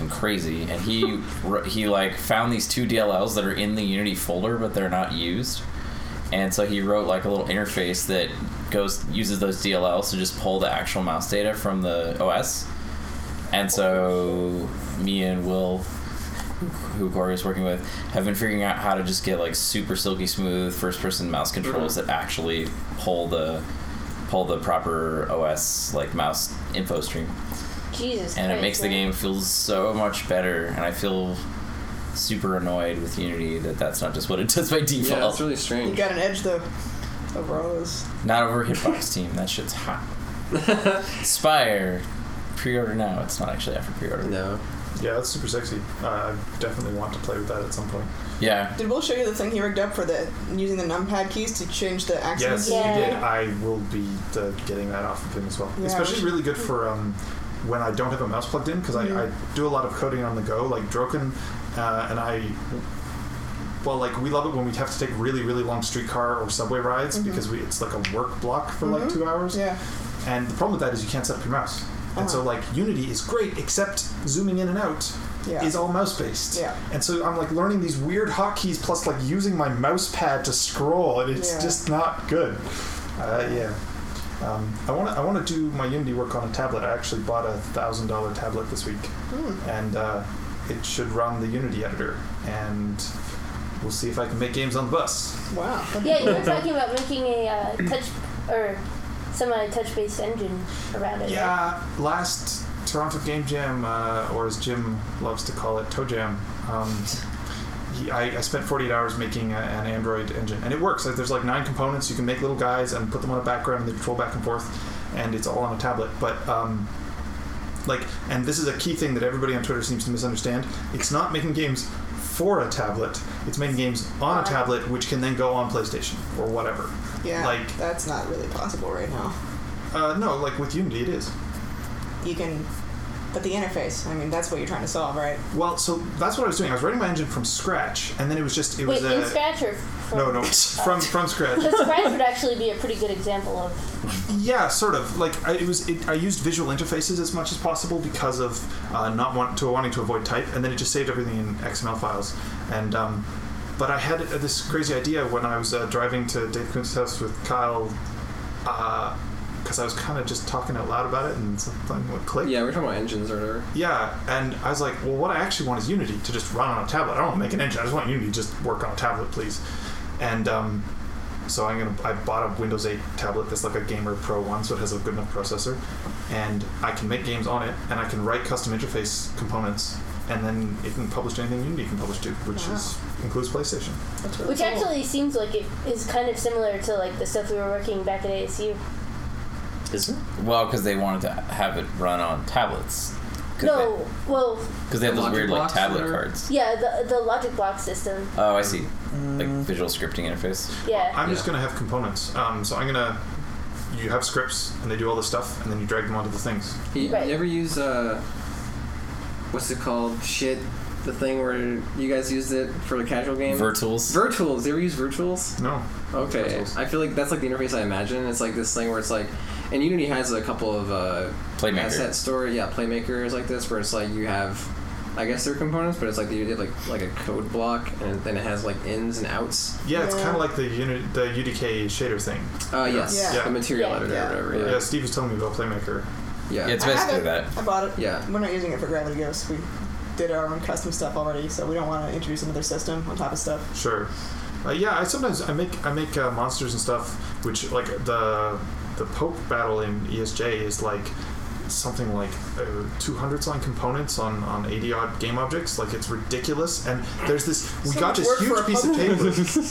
S1: and crazy, and he r- he like found these two DLLs that are in the Unity folder, but they're not used. And so he wrote like a little interface that goes uses those DLLs to just pull the actual mouse data from the OS. And so me and Will, who Corey is working with, have been figuring out how to just get like super silky smooth first person mouse controls that actually pull the pull the proper OS like mouse info stream
S3: Jesus
S1: and it
S3: Christ,
S1: makes the
S3: man.
S1: game feel so much better and i feel super annoyed with Unity that that's not just what it does by
S8: Yeah,
S1: default.
S8: that's really
S13: You
S8: strange.
S13: got an edge though. Over all those.
S1: Not over Hitbox Team. That shit's hot. Spire, pre-order now. It's not actually after pre-order.
S8: No.
S6: Yeah, that's super sexy. Uh, I definitely want to play with that at some point.
S1: Yeah,
S13: Did Will show you the thing he rigged up for the using the numpad keys to change the
S6: Yes,
S13: accents?
S3: Yeah.
S6: you did. I will be uh, getting that off of him as well.
S13: Yeah.
S6: Especially really good for um, when I don't have a mouse plugged in because
S4: Mm-hmm.
S6: I, I do a lot of coding on the go, like Droken, uh, and I. Well, like we love it when we have to take really, really long streetcar or subway rides
S4: Mm-hmm.
S6: because we, it's like a work block for like two hours.
S13: Yeah.
S6: And the problem with that is you can't set up your mouse. And
S13: Uh-huh.
S6: so like Unity is great, except zooming in and out
S13: Yeah.
S6: is all mouse based.
S13: Yeah.
S6: And so I'm like learning these weird hotkeys plus like using my mouse pad to scroll, and it's
S13: Yeah.
S6: just not good. Uh, yeah. Um, I want to I want to do my Unity work on a tablet. I actually bought a thousand dollar tablet this week,
S13: Hmm.
S6: and uh, it should run the Unity editor. And we'll see if I can make games on the bus.
S13: Wow.
S14: Yeah, you were talking about making a uh, touch or semi touch based engine around it. right?
S6: Yeah, last Toronto Game Jam, uh, or as Jim loves to call it, Toe Jam. Um, he, I, I spent 48 hours making a, an Android engine, and it works. Like, there's like nine components. You can make little guys and put them on a background, and they control back and forth, and it's all on a tablet. But um, like, and this is a key thing that everybody on Twitter seems to misunderstand. It's not making games for a tablet. It's making games on a tablet, which can then go on PlayStation or whatever.
S13: Yeah.
S6: Like,
S13: that's not really possible right now.
S6: uh, no, like with Unity, it is.
S13: You can, but the interface. I mean, that's what you're trying to solve, right?
S6: Well, so that's what I was doing. I was writing my engine from scratch, and then it was just it
S14: Wait,
S6: was
S14: in
S6: a
S14: Scratch or from,
S6: no no from from scratch.
S14: Because Scratch would actually be a pretty good example of
S6: Yeah, sort of. Like I, it was, it, I used visual interfaces as much as possible because of uh, not want to wanting to avoid type, and then it just saved everything in XML files. And um, but I had uh, this crazy idea when I was uh, driving to Dave Kuntz's house with Kyle, because Uh, I was kind of just talking out loud about it, and something would click.
S8: Yeah, we're talking about engines or whatever.
S6: Yeah, and I was like, well, what I actually want is Unity to just run on a tablet. I don't want to make an engine. I just want Unity to just work on a tablet, please. And um, so I'm gonna. I bought a Windows 8 tablet that's like a Gamer Pro one, so it has a good enough processor, and I can make games on it, and I can write custom interface components, and then it can publish to anything Unity can publish to, which is includes PlayStation.
S14: which actually seems like it is kind of similar to like the stuff we were working back at ASU.
S7: Is it?
S1: well, because they wanted to have it run on tablets.
S14: No, well,
S1: because they have those
S8: Logic
S1: weird like
S8: blocks
S1: tablet
S8: or-
S1: cards.
S14: yeah, the the logic block system.
S1: Oh, I see. Like visual scripting interface.
S14: Yeah.
S6: I'm just gonna have components. Um, so I'm gonna. You have scripts, and they do all this stuff, and then you drag them onto the things.
S8: You,
S14: Right.
S8: you ever use uh, what's it called? Shit, the thing where you guys used it for the casual game.
S1: Virtuals.
S8: virtuals. You ever use virtuals?
S6: No.
S8: Okay,
S6: Virtuals.
S8: I feel like that's like the interface I imagine. It's like this thing where it's like, and Unity has a couple of uh,
S1: Playmaker.
S8: asset store, yeah, playmakers like this, where it's like you have, I guess they're components, but it's like you have like like a code block, and then it has like ins and outs.
S6: Yeah, it's kind of like the uni- the UDK shader thing.
S8: Uh, yes,
S13: Yeah.
S8: the material
S14: Yeah.
S8: editor,
S13: Yeah.
S8: or
S6: Yeah.
S8: whatever.
S6: Steve was telling me about Playmaker.
S8: Yeah,
S1: Yeah, it's
S13: I have
S1: basically
S13: it.
S1: that.
S13: I bought it.
S8: Yeah.
S13: We're not using it for Gravity Ghost. We did our own custom stuff already, so we don't want to introduce another system on top of stuff.
S6: Sure. Uh, yeah, I sometimes I make I make uh, monsters and stuff, which like the the Pope battle in ESJ is like something like uh, 200 line components on on 80 odd game objects. Like it's ridiculous. And there's this we
S13: So
S6: got
S13: much
S6: this
S13: work for
S6: huge
S13: a
S6: piece of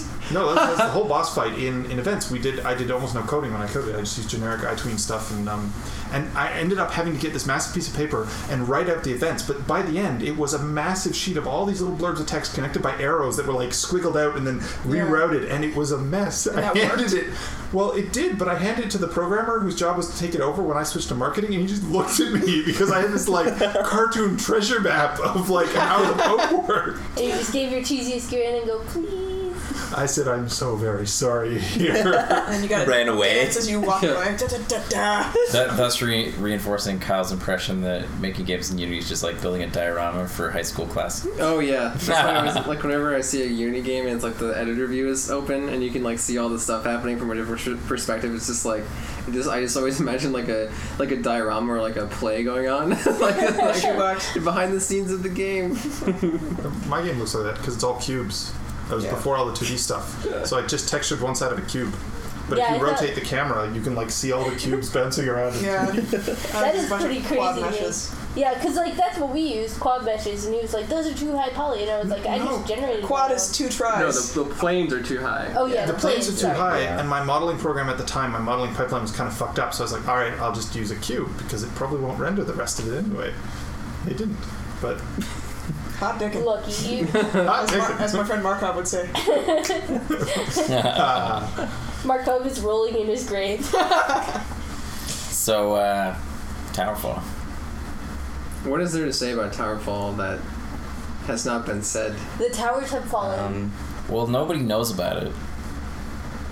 S6: paper. no, that's, that's the whole boss fight in in events. We did I did almost no coding when I coded. I just used generic iTween stuff and um and I ended up having to get this massive piece of paper and write out the events. But by the end, it was a massive sheet of all these little blurbs of text connected by arrows that were like squiggled out and then rerouted, and it was a mess. I
S13: that
S6: handed it. Well, it did, but I handed it to the programmer whose job was to take it over when I switched to marketing, and he just looked at me because I had this like cartoon treasure map of like how the boat worked.
S14: And you just gave your cheesiest gear in and go, please.
S6: I said, "I'm so very sorry." Here,
S13: And then you got
S7: Ran away.
S13: Dance as you walk away. Da, da, da, da.
S1: That, thus re- reinforcing Kyle's impression that making games in Unity is just like building a diorama for high school class.
S8: Oh yeah, That's why I was- like whenever I see a Unity game and it's like the editor view is open and you can like see all the stuff happening from a different sh- perspective, it's just like it just I just always imagine like a like a diorama or like a play going on like, like behind the scenes of the game.
S6: my game looks like that because it's all cubes. That was
S13: Yeah.
S6: before all the 2D stuff, so I just textured one side of a cube. But
S14: Yeah,
S6: if you
S14: I thought-
S6: rotate the camera, you can like see all the cubes bouncing around.
S13: Yeah.
S14: That is pretty crazy.
S13: Quad
S14: to me.
S13: meshes.
S14: Yeah, because like that's what we use quad meshes, and he was like, "Those are too high poly," and I was like, "I just generated
S4: Quad
S14: one
S4: is
S14: now."
S4: two
S2: No,
S4: tries.
S2: the, the planes are too high.
S14: Oh yeah,
S6: the planes are too
S14: sorry.
S6: high,
S9: Yeah.
S6: and my modeling program at the time, my modeling pipeline was kind of fucked up. So I was like, all right, I'll just use a cube because it probably won't render the rest of it anyway. It didn't, but
S4: Hot dick.
S14: Lucky you,
S6: Ah,
S4: As,
S6: take
S4: Mar-
S6: it.
S4: as my friend Markov would say.
S14: Markov is rolling in his grave.
S1: So, uh, Towerfall.
S8: What is there to say about Towerfall that has not been said?
S14: the towers have fallen.
S7: Um,
S1: Well, nobody knows about it.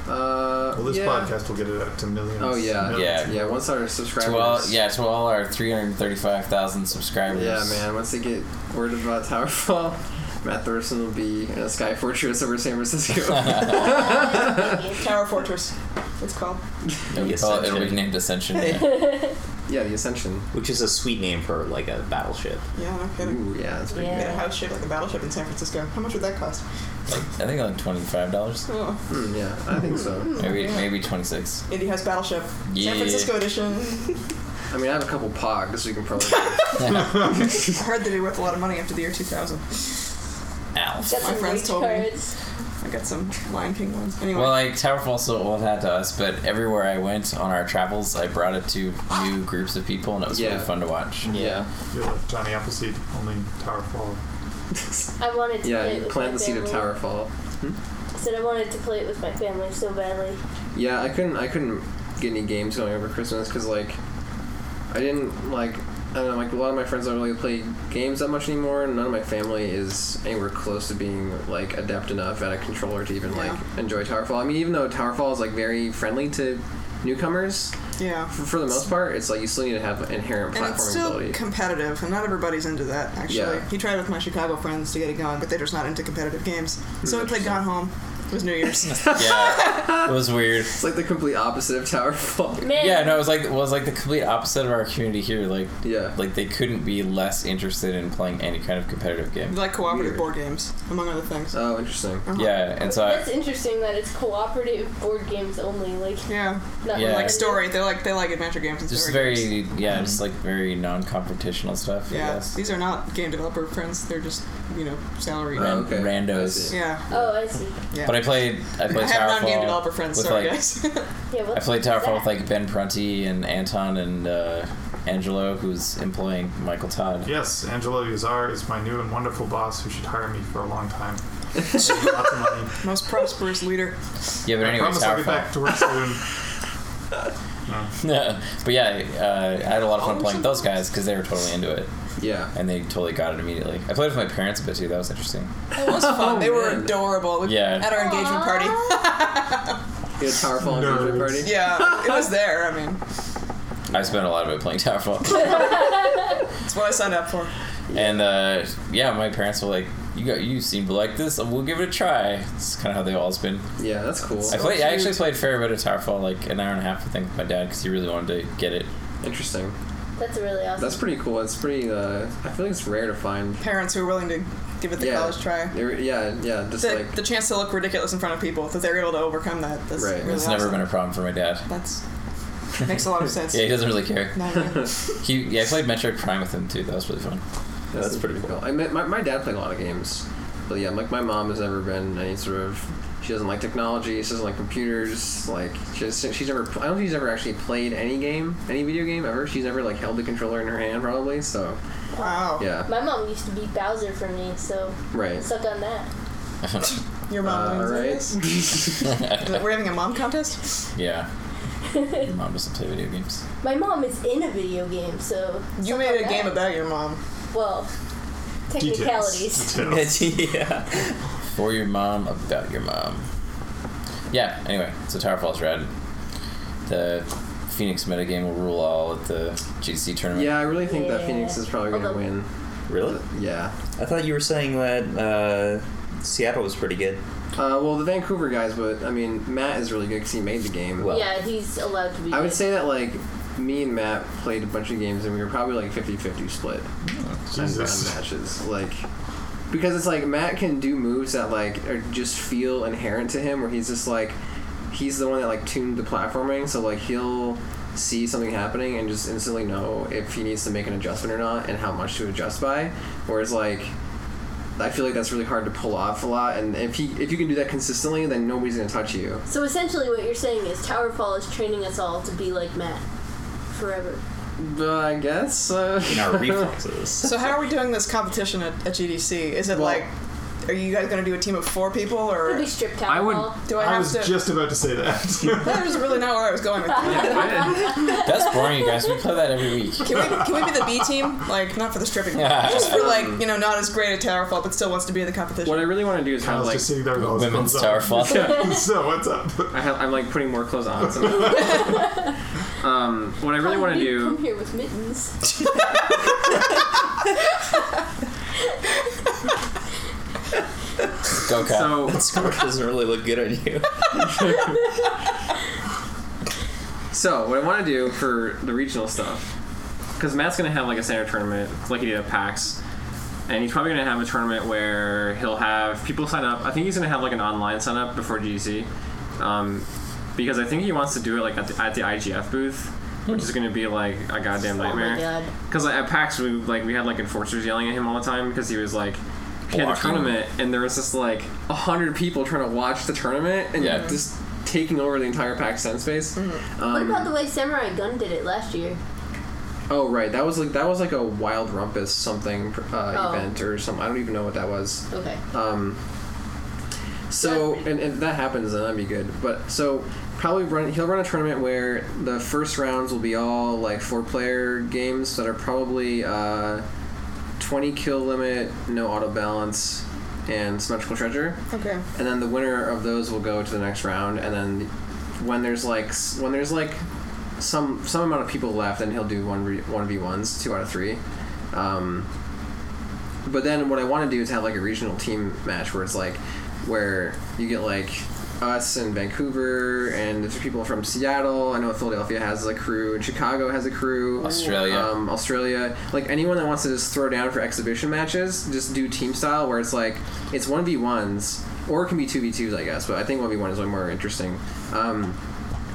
S8: Uh,
S6: well, this
S8: yeah.
S6: podcast will get it out to millions.
S8: Oh, yeah.
S6: millions.
S8: Yeah, once our subscribers.
S1: To all, yeah, to all our 335,000 subscribers.
S8: Yeah, man. Once they get word about Towerfall, Matt Thurston will be in a sky fortress over San Francisco.
S4: Tower Fortress. It's called.
S1: It'll be,
S7: The
S1: called- Oh, it'll be
S7: Ascension.
S1: named Ascension. yeah.
S8: yeah, the Ascension.
S7: which is a sweet name for like a battleship.
S4: Yeah, no kidding.
S8: Ooh, yeah, that's pretty
S4: Made a
S14: yeah.
S4: house shaped like a battleship in San Francisco. How much would that cost?
S1: I think like $25.
S4: Oh.
S8: Hmm, yeah, I think so.
S1: Maybe, maybe 26
S4: Indie House Battleship.
S1: Yeah.
S4: San Francisco edition.
S8: I mean, I have a couple pogs we can probably.
S4: I heard they'd be worth a lot of money after the year 2000.
S1: Alf.
S14: Got
S4: My
S14: some
S4: friends
S14: reach
S4: told me.
S14: cards.
S4: I got some Lion King ones. Anyway.
S1: Well, like, Towerfall's so old hat to us, but everywhere I went on our travels, I brought it to new groups of people, and it was
S8: Yeah.
S1: really fun to watch.
S8: yeah.
S6: You're like Johnny Appleseed, only Towerfall.
S14: I wanted to
S8: Yeah,
S14: play it
S8: you
S14: with
S8: plant
S14: my
S8: the seed of
S14: family.
S8: Towerfall.
S14: I said I wanted to play it with my family so badly.
S8: Yeah, I couldn't. I couldn't get any games going over Christmas because like, I didn't like. I don't know. Like a lot of my friends don't really play games that much anymore, and none of my family is anywhere close to being like adept enough at a controller to even like enjoy Towerfall. I mean, even though Towerfall is like very friendly to newcomers
S4: yeah.
S8: for, for the most part, it's like you still need to have inherent
S4: And it's
S8: platforming
S4: still
S8: ability.
S4: competitive, and not everybody's into that, actually.
S8: Yeah.
S4: He tried with my Chicago friends to get it going, but they're just not into competitive games. So we played Gone Home. It was New Year's.
S1: Yeah, it was weird.
S8: it's like the complete opposite of Towerfall.
S14: Man,
S1: Yeah, no, it was like it was like the complete opposite of our community here. Like,
S8: Yeah.
S1: like they couldn't be less interested in playing any kind of competitive
S4: We
S1: game.
S4: like cooperative
S8: Weird.
S4: board games, among other things.
S1: Uh,
S8: Oh, interesting.
S1: Yeah, and so I,
S14: that's interesting that it's cooperative board games only. Like
S4: yeah.
S14: not
S1: Yeah.
S4: Like story. They like they like adventure games and
S1: just very
S4: story games.
S1: yeah, just like very non-confrontational stuff. I
S4: Mm-hmm. Yeah.
S1: guess.
S4: These are not game developer friends. They're just, you know, salary.
S8: Oh,
S1: Ran-
S8: okay.
S1: randos.
S8: I
S4: Yeah.
S14: Oh, I see.
S4: Yeah.
S1: But I played I
S4: I
S1: played
S4: have non-game
S1: Towerfall
S4: developer friends.
S1: with
S4: Sorry,
S1: like
S4: guys.
S14: Yeah,
S1: I
S14: what's
S1: played Towerfall with
S14: that?
S1: like Ben Prunty and Anton and uh, Angelo, who's employing Michael Todd.
S6: Yes, Angelo Yazar is my new and wonderful boss who should hire me for a long time. Lots of money.
S4: Most prosperous leader.
S1: Yeah, but
S6: I
S1: anyway,
S6: promise I'll get back
S1: Towerfall.
S6: to work soon.
S1: but yeah, uh, I had a lot of fun playing with those guys because they were totally into it
S8: Yeah.
S1: and they totally got it immediately. I played with my parents a bit too. That was interesting.
S4: It was fun. Oh, they were
S8: man.
S4: adorable. We,
S1: Yeah.
S4: At our engagement party.
S8: You had Towerfall and
S6: Nerds.
S8: Blizzard Party.
S4: yeah. It was there. I mean,
S1: I spent a lot of it playing Towerfall.
S4: it's what I signed up for.
S1: And uh, yeah, my parents were like, "You got you seem to like this. We'll give it a try." It's kind of how they always been.
S8: Yeah, that's cool.
S1: I played. I actually played a fair bit of Towerfall, like an hour and a half, I think, with my dad because he really wanted to get it.
S8: Interesting.
S14: That's really awesome.
S8: That's pretty cool. It's pretty. Uh, I feel like it's rare to find.
S4: Parents who are willing to give it the
S8: yeah.
S4: college try.
S8: You're- Yeah, yeah. Just
S4: The,
S8: like
S4: the chance to look ridiculous in front of people that they're able to overcome that. That's
S8: Right.
S4: Really
S1: It's
S4: awesome.
S1: never been a problem for my dad.
S4: That's makes a lot of sense.
S1: Yeah, he doesn't really care.
S4: Not really.
S1: He yeah, I played Metroid Prime with him too. That was really fun.
S8: that's pretty cool. I mean, my my dad played a lot of games, but yeah, like my mom has never been any sort of. She doesn't like technology. She doesn't like computers. Like she's she's never. I don't think she's ever actually played any game, any video game ever. She's never like held the controller in her hand probably. So
S4: wow.
S8: yeah,
S14: My mom used to beat Bowser for me, so
S8: right.
S14: suck on that.
S4: Your
S8: Uh,
S4: mom wins
S8: right.
S4: this? We're having a mom contest?
S1: yeah. Your mom doesn't play video games.
S14: My mom is in a video game, so
S4: You
S14: suck
S4: made
S14: on
S4: a
S14: that.
S4: game about your mom.
S14: well technicalities.
S6: Details. Details.
S7: yeah.
S1: For your mom, about your mom. Yeah. Anyway, so Towerfall's rad. The Phoenix metagame will rule all at the GC tournament.
S8: Yeah, I really think that
S14: Yeah.
S8: Phoenix is probably gonna
S14: Although-
S8: win.
S7: Really?
S8: Yeah.
S7: I thought you were saying that uh, Seattle was pretty good.
S8: Uh, well, the Vancouver guys, but I mean, Matt is really good because he made the game.
S7: Well,
S14: Yeah, he's allowed to be.
S8: I would
S14: good.
S8: say that like me and Matt played a bunch of games and we were probably like 50-50 split on, on
S6: Jesus.
S8: matches. Like because it's like Matt can do moves that like are just feel inherent to him where he's just like he's the one that like tuned the platforming so like he'll see something happening and just instantly know if he needs to make an adjustment or not and how much to adjust by. Whereas like I feel like that's really hard to pull off a lot and if he if you can do that consistently then nobody's gonna touch you.
S3: So essentially, what you're saying is Towerfall is training us all to be like Matt forever.
S8: Uh, I guess. Uh,
S9: in our reflexes.
S4: So how are we doing this competition at, at GDC? Is it
S8: Well-
S4: like, are you guys going to do a team of four people, or
S3: Could be strip Towerfall.
S2: I would-
S4: do I
S6: I
S4: have
S6: was
S4: to?
S6: just about to say that.
S4: that was really not where I was going with that.
S1: That's boring, you guys. We play that every week.
S4: Can we, can we be the B team? Like, not for the stripping, just for like, you know, not as great at Towerfall, but still wants to be in the competition.
S8: what I really want to do is
S6: I
S8: have
S6: was
S8: like
S6: just sitting there with all his
S1: Women's
S6: clothes on.
S1: Towerfall.
S6: so what's up?
S2: I have, I'm like putting more clothes on. So um, what I really want to
S3: You'd
S2: do.
S3: Oh, Come here with mittens.
S1: Go Kyle.
S2: So
S7: Scarf doesn't really look good on you.
S2: So what I want to do for the regional stuff, because Matt's gonna have like a standard tournament, like he did at PAX, and he's probably gonna have a tournament where he'll have people sign up. I think he's gonna have like an online sign up before GDC, um, because I think he wants to do it like at the, at the IGF booth, which is gonna be like a goddamn
S3: Oh my
S2: nightmare.
S3: god.
S2: Because like, at PAX we like we had like enforcers yelling at him all the time because he was like. He had the
S9: Blocking.
S2: tournament, and there was just like a hundred people trying to watch the tournament, and
S1: Yeah.
S2: just taking over the entire PAX Sun space.
S3: what
S2: Um,
S3: about the way Samurai Gun did it last year?
S8: Oh right, that was like that was like a wild rumpus something uh,
S3: Oh.
S8: event or something. I don't even know what that was.
S3: Okay.
S8: Um, so and, and if that happens, then that'd be good. But so probably run he'll run a tournament where the first rounds will be all like four player games that are probably uh, twenty kill limit, no auto balance, and symmetrical treasure
S4: okay.
S8: and then the winner of those will go to the next round and then when there's like s- when there's like some some amount of people left then he'll do one re, one v ones two out of three um, but then what i want to do is have like a regional team match where it's like where you get like us and vancouver and if there's people from seattle i know philadelphia has a crew and chicago has a crew
S1: Australia.
S8: um, Australia, like anyone that wants to just throw down for exhibition matches, just do team style where it's like it's one v ones or it can be two v twos, I guess. But I think one v one is way more interesting. Um,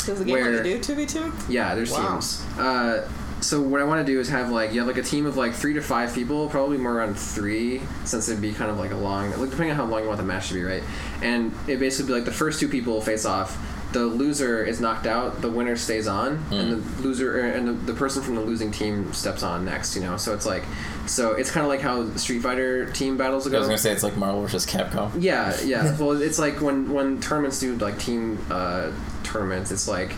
S4: Does the game
S8: Where-
S4: let you do two v two?
S8: yeah, there's
S4: Wow.
S8: teams. Uh, so what I want to do is have like you have like a team of like three to five people, probably more around three, since it'd be kind of like a long, like depending on how long you want the match to be, right? And it basically be like the first two people face off. The loser is knocked out. The winner stays on, and
S1: Hmm.
S8: the loser er, and the, the person from the losing team steps on next. You know, so it's like, so it's kind of like how Street Fighter team battles
S1: I
S8: go.
S1: was gonna say it's like Marvel versus Capcom.
S8: Yeah, yeah. well, it's like when when tournaments do like team uh, tournaments, it's like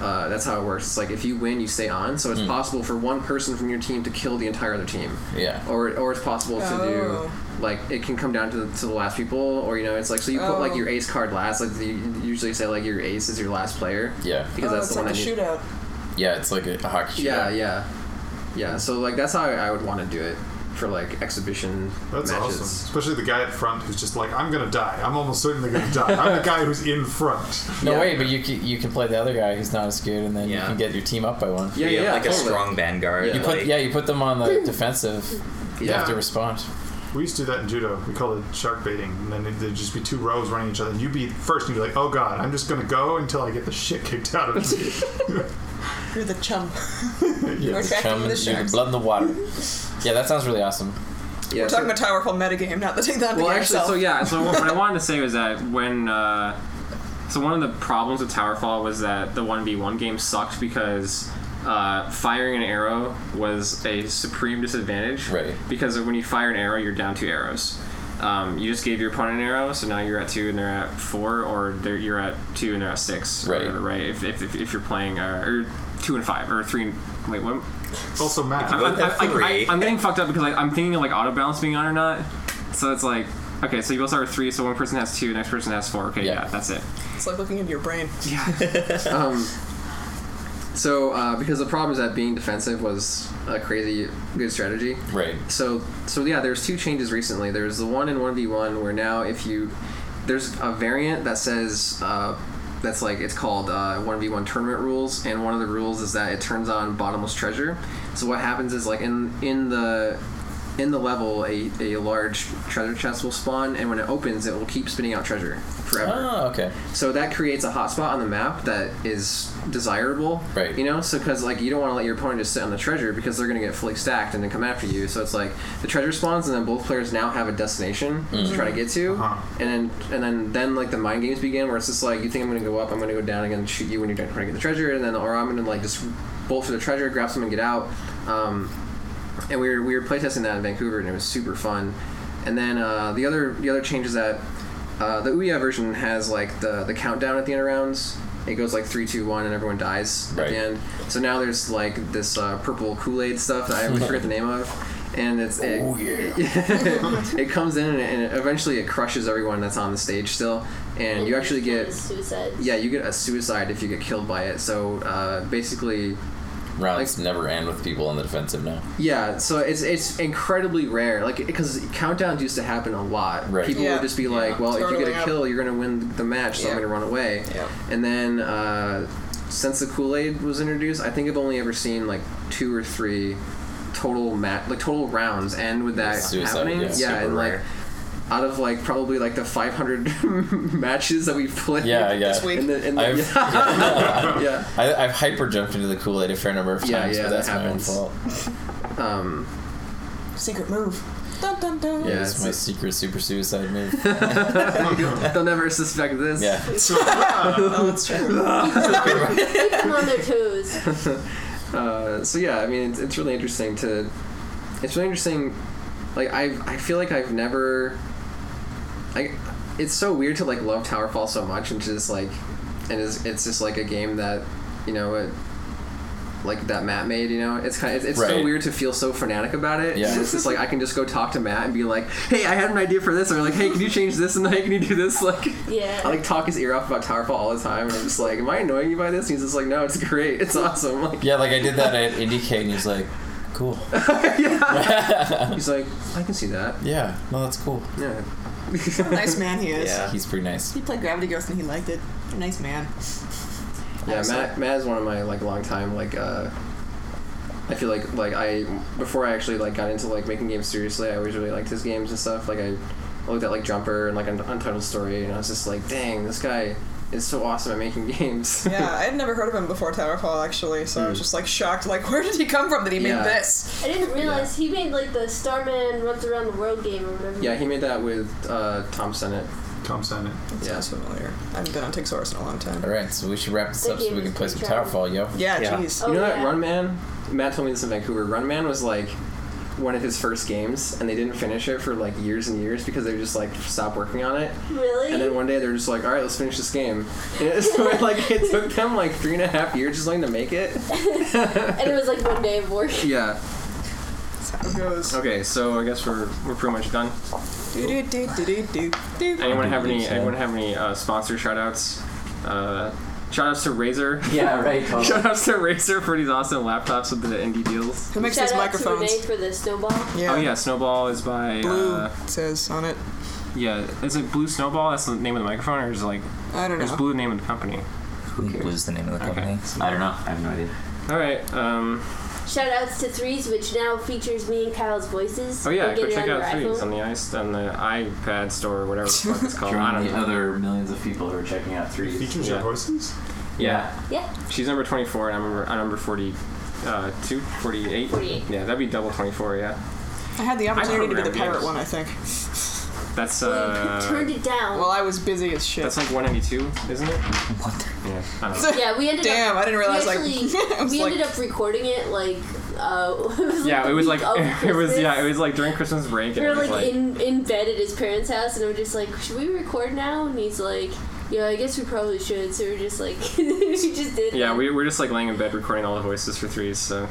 S8: uh, that's how it works. It's like if you win, you stay on. So it's
S9: Hmm.
S8: possible for one person from your team to kill the entire other team,
S1: Yeah.
S8: or or it's possible
S4: Oh.
S8: to do like it can come down to the, to the last people, or you know, it's like so you put like
S4: Oh.
S8: your ace card last. Like you usually say like your ace is your last player
S1: Yeah.
S8: because that's
S4: Oh, it's
S8: the one
S4: like
S8: that
S4: a
S8: you-
S4: shootout.
S1: Yeah, it's like a, a hockey
S8: Yeah,
S1: shootout.
S8: yeah, yeah. So like that's how I, I would want to do it for like exhibition
S6: That's
S8: matches.
S6: awesome. Especially the guy at front who's just like, I'm gonna die. I'm almost certainly gonna die. I'm the guy who's in front.
S1: No
S8: Yeah.
S1: wait, but you can, you can play the other guy who's not as good, and then you
S9: Yeah.
S1: can get your team up by one.
S8: Yeah,
S9: You
S8: yeah,
S9: have, like
S8: totally.
S9: a strong vanguard.
S8: Yeah.
S1: You
S9: like,
S1: put yeah, you put them on the defensive. You have to
S6: Yeah.
S1: respond.
S6: We used to do that in judo. We called it shark baiting. And then there'd just be two rows running each other. And you'd be first, and you'd be like, oh god, I'm just gonna go until I get the shit kicked out of me.
S4: You're the chum. We're
S6: yeah.
S4: tracking
S1: Come,
S4: the
S1: you can
S4: sharks.
S1: blood in the water. yeah, that sounds really awesome.
S8: Yeah,
S4: We're
S8: so-
S4: talking about Tower Call metagame, not the take that
S8: well, actually, so yeah,
S2: so what I wanted to say was that when uh, so one of the problems with Towerfall was that the one v one game sucked because uh, firing an arrow was a supreme disadvantage.
S1: Right.
S2: Because when you fire an arrow, you're down two arrows. Um, you just gave your opponent an arrow, so now you're at two and they're at four, or they're, you're at two and they're at six. or
S1: Right.
S2: whatever, right. If, if, if, if you're playing uh, or two and five or three. And, wait. What?
S6: Also, Matt.
S2: I'm, I'm- I'm-
S9: Three.
S2: I, am getting fucked up because like, I'm thinking of like auto balance being on or not. So it's like, okay, so you both start with three, so one person has two, next person has four. Okay,
S1: Yeah.
S2: yeah, that's it.
S4: it's like looking into your brain.
S8: um, so uh, because the problem is that being defensive was a crazy good strategy.
S1: Right.
S8: So so yeah, there's two changes recently. There's the one in one v one where now if you there's a variant that says uh, that's like it's called uh, one v one tournament rules, and one of the rules is that it turns on bottomless treasure. So what happens is like in in the in the level, a, a large treasure chest will spawn, and when it opens, it will keep spitting out treasure forever.
S7: Ah.
S1: Oh, okay.
S8: So that creates a hotspot on the map that is desirable.
S1: Right.
S8: You know, so because like you don't want to let your opponent just sit on the treasure because they're gonna get fully stacked and then come after you. So it's like the treasure spawns and then both players now have a destination to try to get to, and then and then then like the mind games begin where it's just like you think I'm gonna go up, I'm gonna go down, I'm gonna shoot you when you're done trying to get the treasure, and then or I'm gonna like just bolt for the treasure, grab some and get out. Um, and we were we were playtesting that in Vancouver, and it was super fun. And then uh, the other the other change is that uh, the Ouya version has like the the countdown at the end of rounds. It goes like three, two, one, and everyone dies at
S1: Right.
S8: the end. So now there's like this uh, purple Kool Aid stuff that I always forget the name of, and it's it, it comes in and, it, and it eventually it crushes everyone that's on the stage still,
S3: Oh,
S8: and you actually get
S3: suicide.
S8: yeah you get a suicide if you get killed by it. So uh, basically
S1: Rounds never end with people on the defensive now.
S8: Yeah, so it's it's incredibly rare, like because countdowns used to happen a lot.
S1: Right.
S8: People
S4: Yeah.
S8: would just be like, "Well, if you
S4: Totally
S8: get a
S4: up.
S8: kill, you're gonna win the match, so I'm
S4: Yeah.
S8: gonna run away."
S4: Yeah.
S8: And then uh, since the Kool Aid was introduced, I think I've only ever seen like two or three total mat like total rounds end with that
S1: Suicide,
S8: happening.
S1: yeah.
S8: yeah
S9: Super
S8: and like
S9: rare.
S8: out of like probably like the 500 matches that we've played.
S1: Yeah, yeah.
S4: This week.
S8: In the, in the,
S1: I've,
S8: yeah. yeah.
S1: I, I've hyper jumped into the Kool Aid a fair number of times,
S8: Yeah, yeah,
S1: but
S8: that
S1: that's my own
S8: happens.
S1: fault.
S8: Um,
S13: Secret move. Dun dun dun.
S8: yeah.
S1: That's my secret super suicide move.
S8: They'll never suspect this.
S1: yeah.
S4: Oh, that's true.
S3: Keep them on their toes.
S8: Uh, so yeah, I mean, it's, it's really interesting to. It's really interesting. Like I, I feel like I've never. Like, it's so weird to like love Towerfall so much and just like, and it's, it's just like a game that, you know, it, like that Matt made. You know, it's kind of it's, it's so
S1: Right.
S8: weird to feel so fanatic about it.
S1: Yeah.
S8: It's just like I can just go talk to Matt and be like, hey, I had an idea for this, or like, hey, can you change this and like, can you do this? Like,
S3: Yeah.
S8: I like talk his ear off about Towerfall all the time, and I'm just like, am I annoying you by this? And he's just like, no, it's great, it's awesome. Like.
S1: Yeah, like I did that at IndieCade, and he's like, cool.
S8: He's like, I can see that.
S1: Yeah, no, that's cool.
S8: Yeah.
S4: nice man he is.
S1: He's pretty nice.
S13: He played Gravity Ghost and he liked it.
S4: Nice man.
S8: Yeah,
S4: Awesome.
S8: Matt, Matt is one of my like long time like uh I feel like like I before I actually like got into like making games seriously, I always really liked his games and stuff. Like I looked at like Jumper and like Un- Untitled Story and I was just like, dang, this guy is so awesome at making games.
S4: Yeah, I had never heard of him before Towerfall actually, so
S2: Hmm.
S4: I was just like shocked. Like, where did he come from that he
S8: Yeah.
S4: made this?
S3: I didn't realize he made like the Starman runs around the world game or whatever.
S8: yeah, he made that with uh, Tom Sennett.
S6: Tom Sennett.
S4: That
S8: Yeah.
S4: sounds familiar. I haven't been on Tixoris in a long time.
S1: All right, so we should wrap this up so we can play some Towerfall, yo.
S4: Yeah,
S7: Yeah.
S4: jeez.
S3: Oh,
S8: you know that
S3: yeah.
S8: Run Man? Matt told me this in Vancouver. Run Man was like one of his first games, and they didn't finish it for like years and years because they just like stopped working on it.
S3: Really?
S8: And then one day they're just like, all right, let's finish this game. And so it, like it took them like three and a half years just like to make it.
S3: and it was like one day of work.
S8: Yeah.
S4: That's how it goes.
S2: Okay, so I guess we're we're pretty much done.
S4: Do do do do do do do.
S2: Anyone have any? Anyone have any uh, sponsor shoutouts? Uh, shoutouts to Razer.
S1: Yeah, right.
S2: shoutouts to Razer for these awesome laptops with the indie deals.
S4: Who makes
S3: Shout
S4: these
S3: out to Renee
S4: microphones?
S3: for the snowball.
S4: Yeah.
S2: Oh yeah, Snowball is by.
S4: Blue
S2: Uh,
S4: it says on it.
S2: yeah, is it Blue Snowball? That's the name of the microphone, or is it like
S4: I don't
S2: there's
S4: know.
S2: Blue name of the company?
S7: Who was the name of the
S2: Okay.
S7: company?
S9: I don't know. I have no idea.
S2: All right. Um,
S3: Shout outs to Threes, which now features me and Kyle's voices.
S2: oh yeah, go
S3: Go get it
S2: check
S3: on
S2: out
S3: your
S2: Threes
S3: iPhone.
S2: on the ice on the iPad store or whatever the fuck it's called. I don't
S9: the
S2: know.
S9: other millions of people who are checking out threes.
S6: Features
S2: Yeah.
S6: your voices?
S2: Yeah,
S3: Yeah.
S2: she's number 24, and I'm number I'm number 40. Uh, two, 48?
S3: 48.
S2: Yeah, that'd be double 24, yeah.
S4: I had the opportunity to be the
S2: program
S4: pirate
S2: games.
S4: one, I think.
S2: That's
S3: Well, you turned
S2: uh,
S3: it down.
S4: Well, I was busy as shit.
S2: that's like 192, isn't it? What? Yeah, I don't know.
S3: yeah, we ended up.
S4: Damn, I didn't realize
S3: we
S4: like
S3: actually,
S4: I was
S3: we
S4: like-
S3: ended up recording it like. Uh,
S2: Yeah, it was
S3: the
S2: like
S3: week of
S2: it was yeah,
S3: Christmas.
S2: it was like during Christmas break. And it
S3: We were
S2: was
S3: like,
S2: like
S3: in in bed at his parents' house, and I'm just like, should we record now? And he's like, yeah, I guess we probably should. So we're just like, we just did.
S2: yeah, we were just like laying in bed recording all the voices for threes. So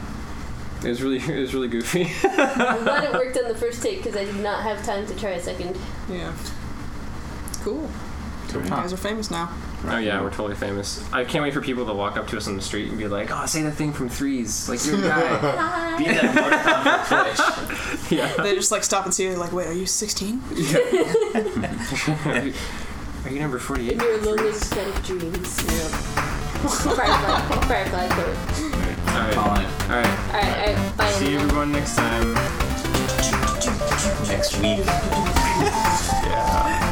S2: it was really it was really goofy.
S3: I'm glad it worked on the first take because I did not have time to try a second.
S4: Yeah. Cool. You guys are famous now.
S2: oh yeah, we're totally famous. I can't wait for people to walk up to us on the street and be like, "Oh, say that thing from threes, like you're a guy."
S9: Be that emoticon for Twitch.
S4: They just like stop and see you like, wait, are you 16?
S2: Are you number forty eight?
S3: In your loneliest bed of dreams.
S4: Yeah.
S3: Firefly, Firefly code.
S2: All right, all
S9: Colin.
S2: right.
S3: All right, all right, bye.
S2: See everyone next time.
S3: Bye.
S9: next week.
S6: Yeah.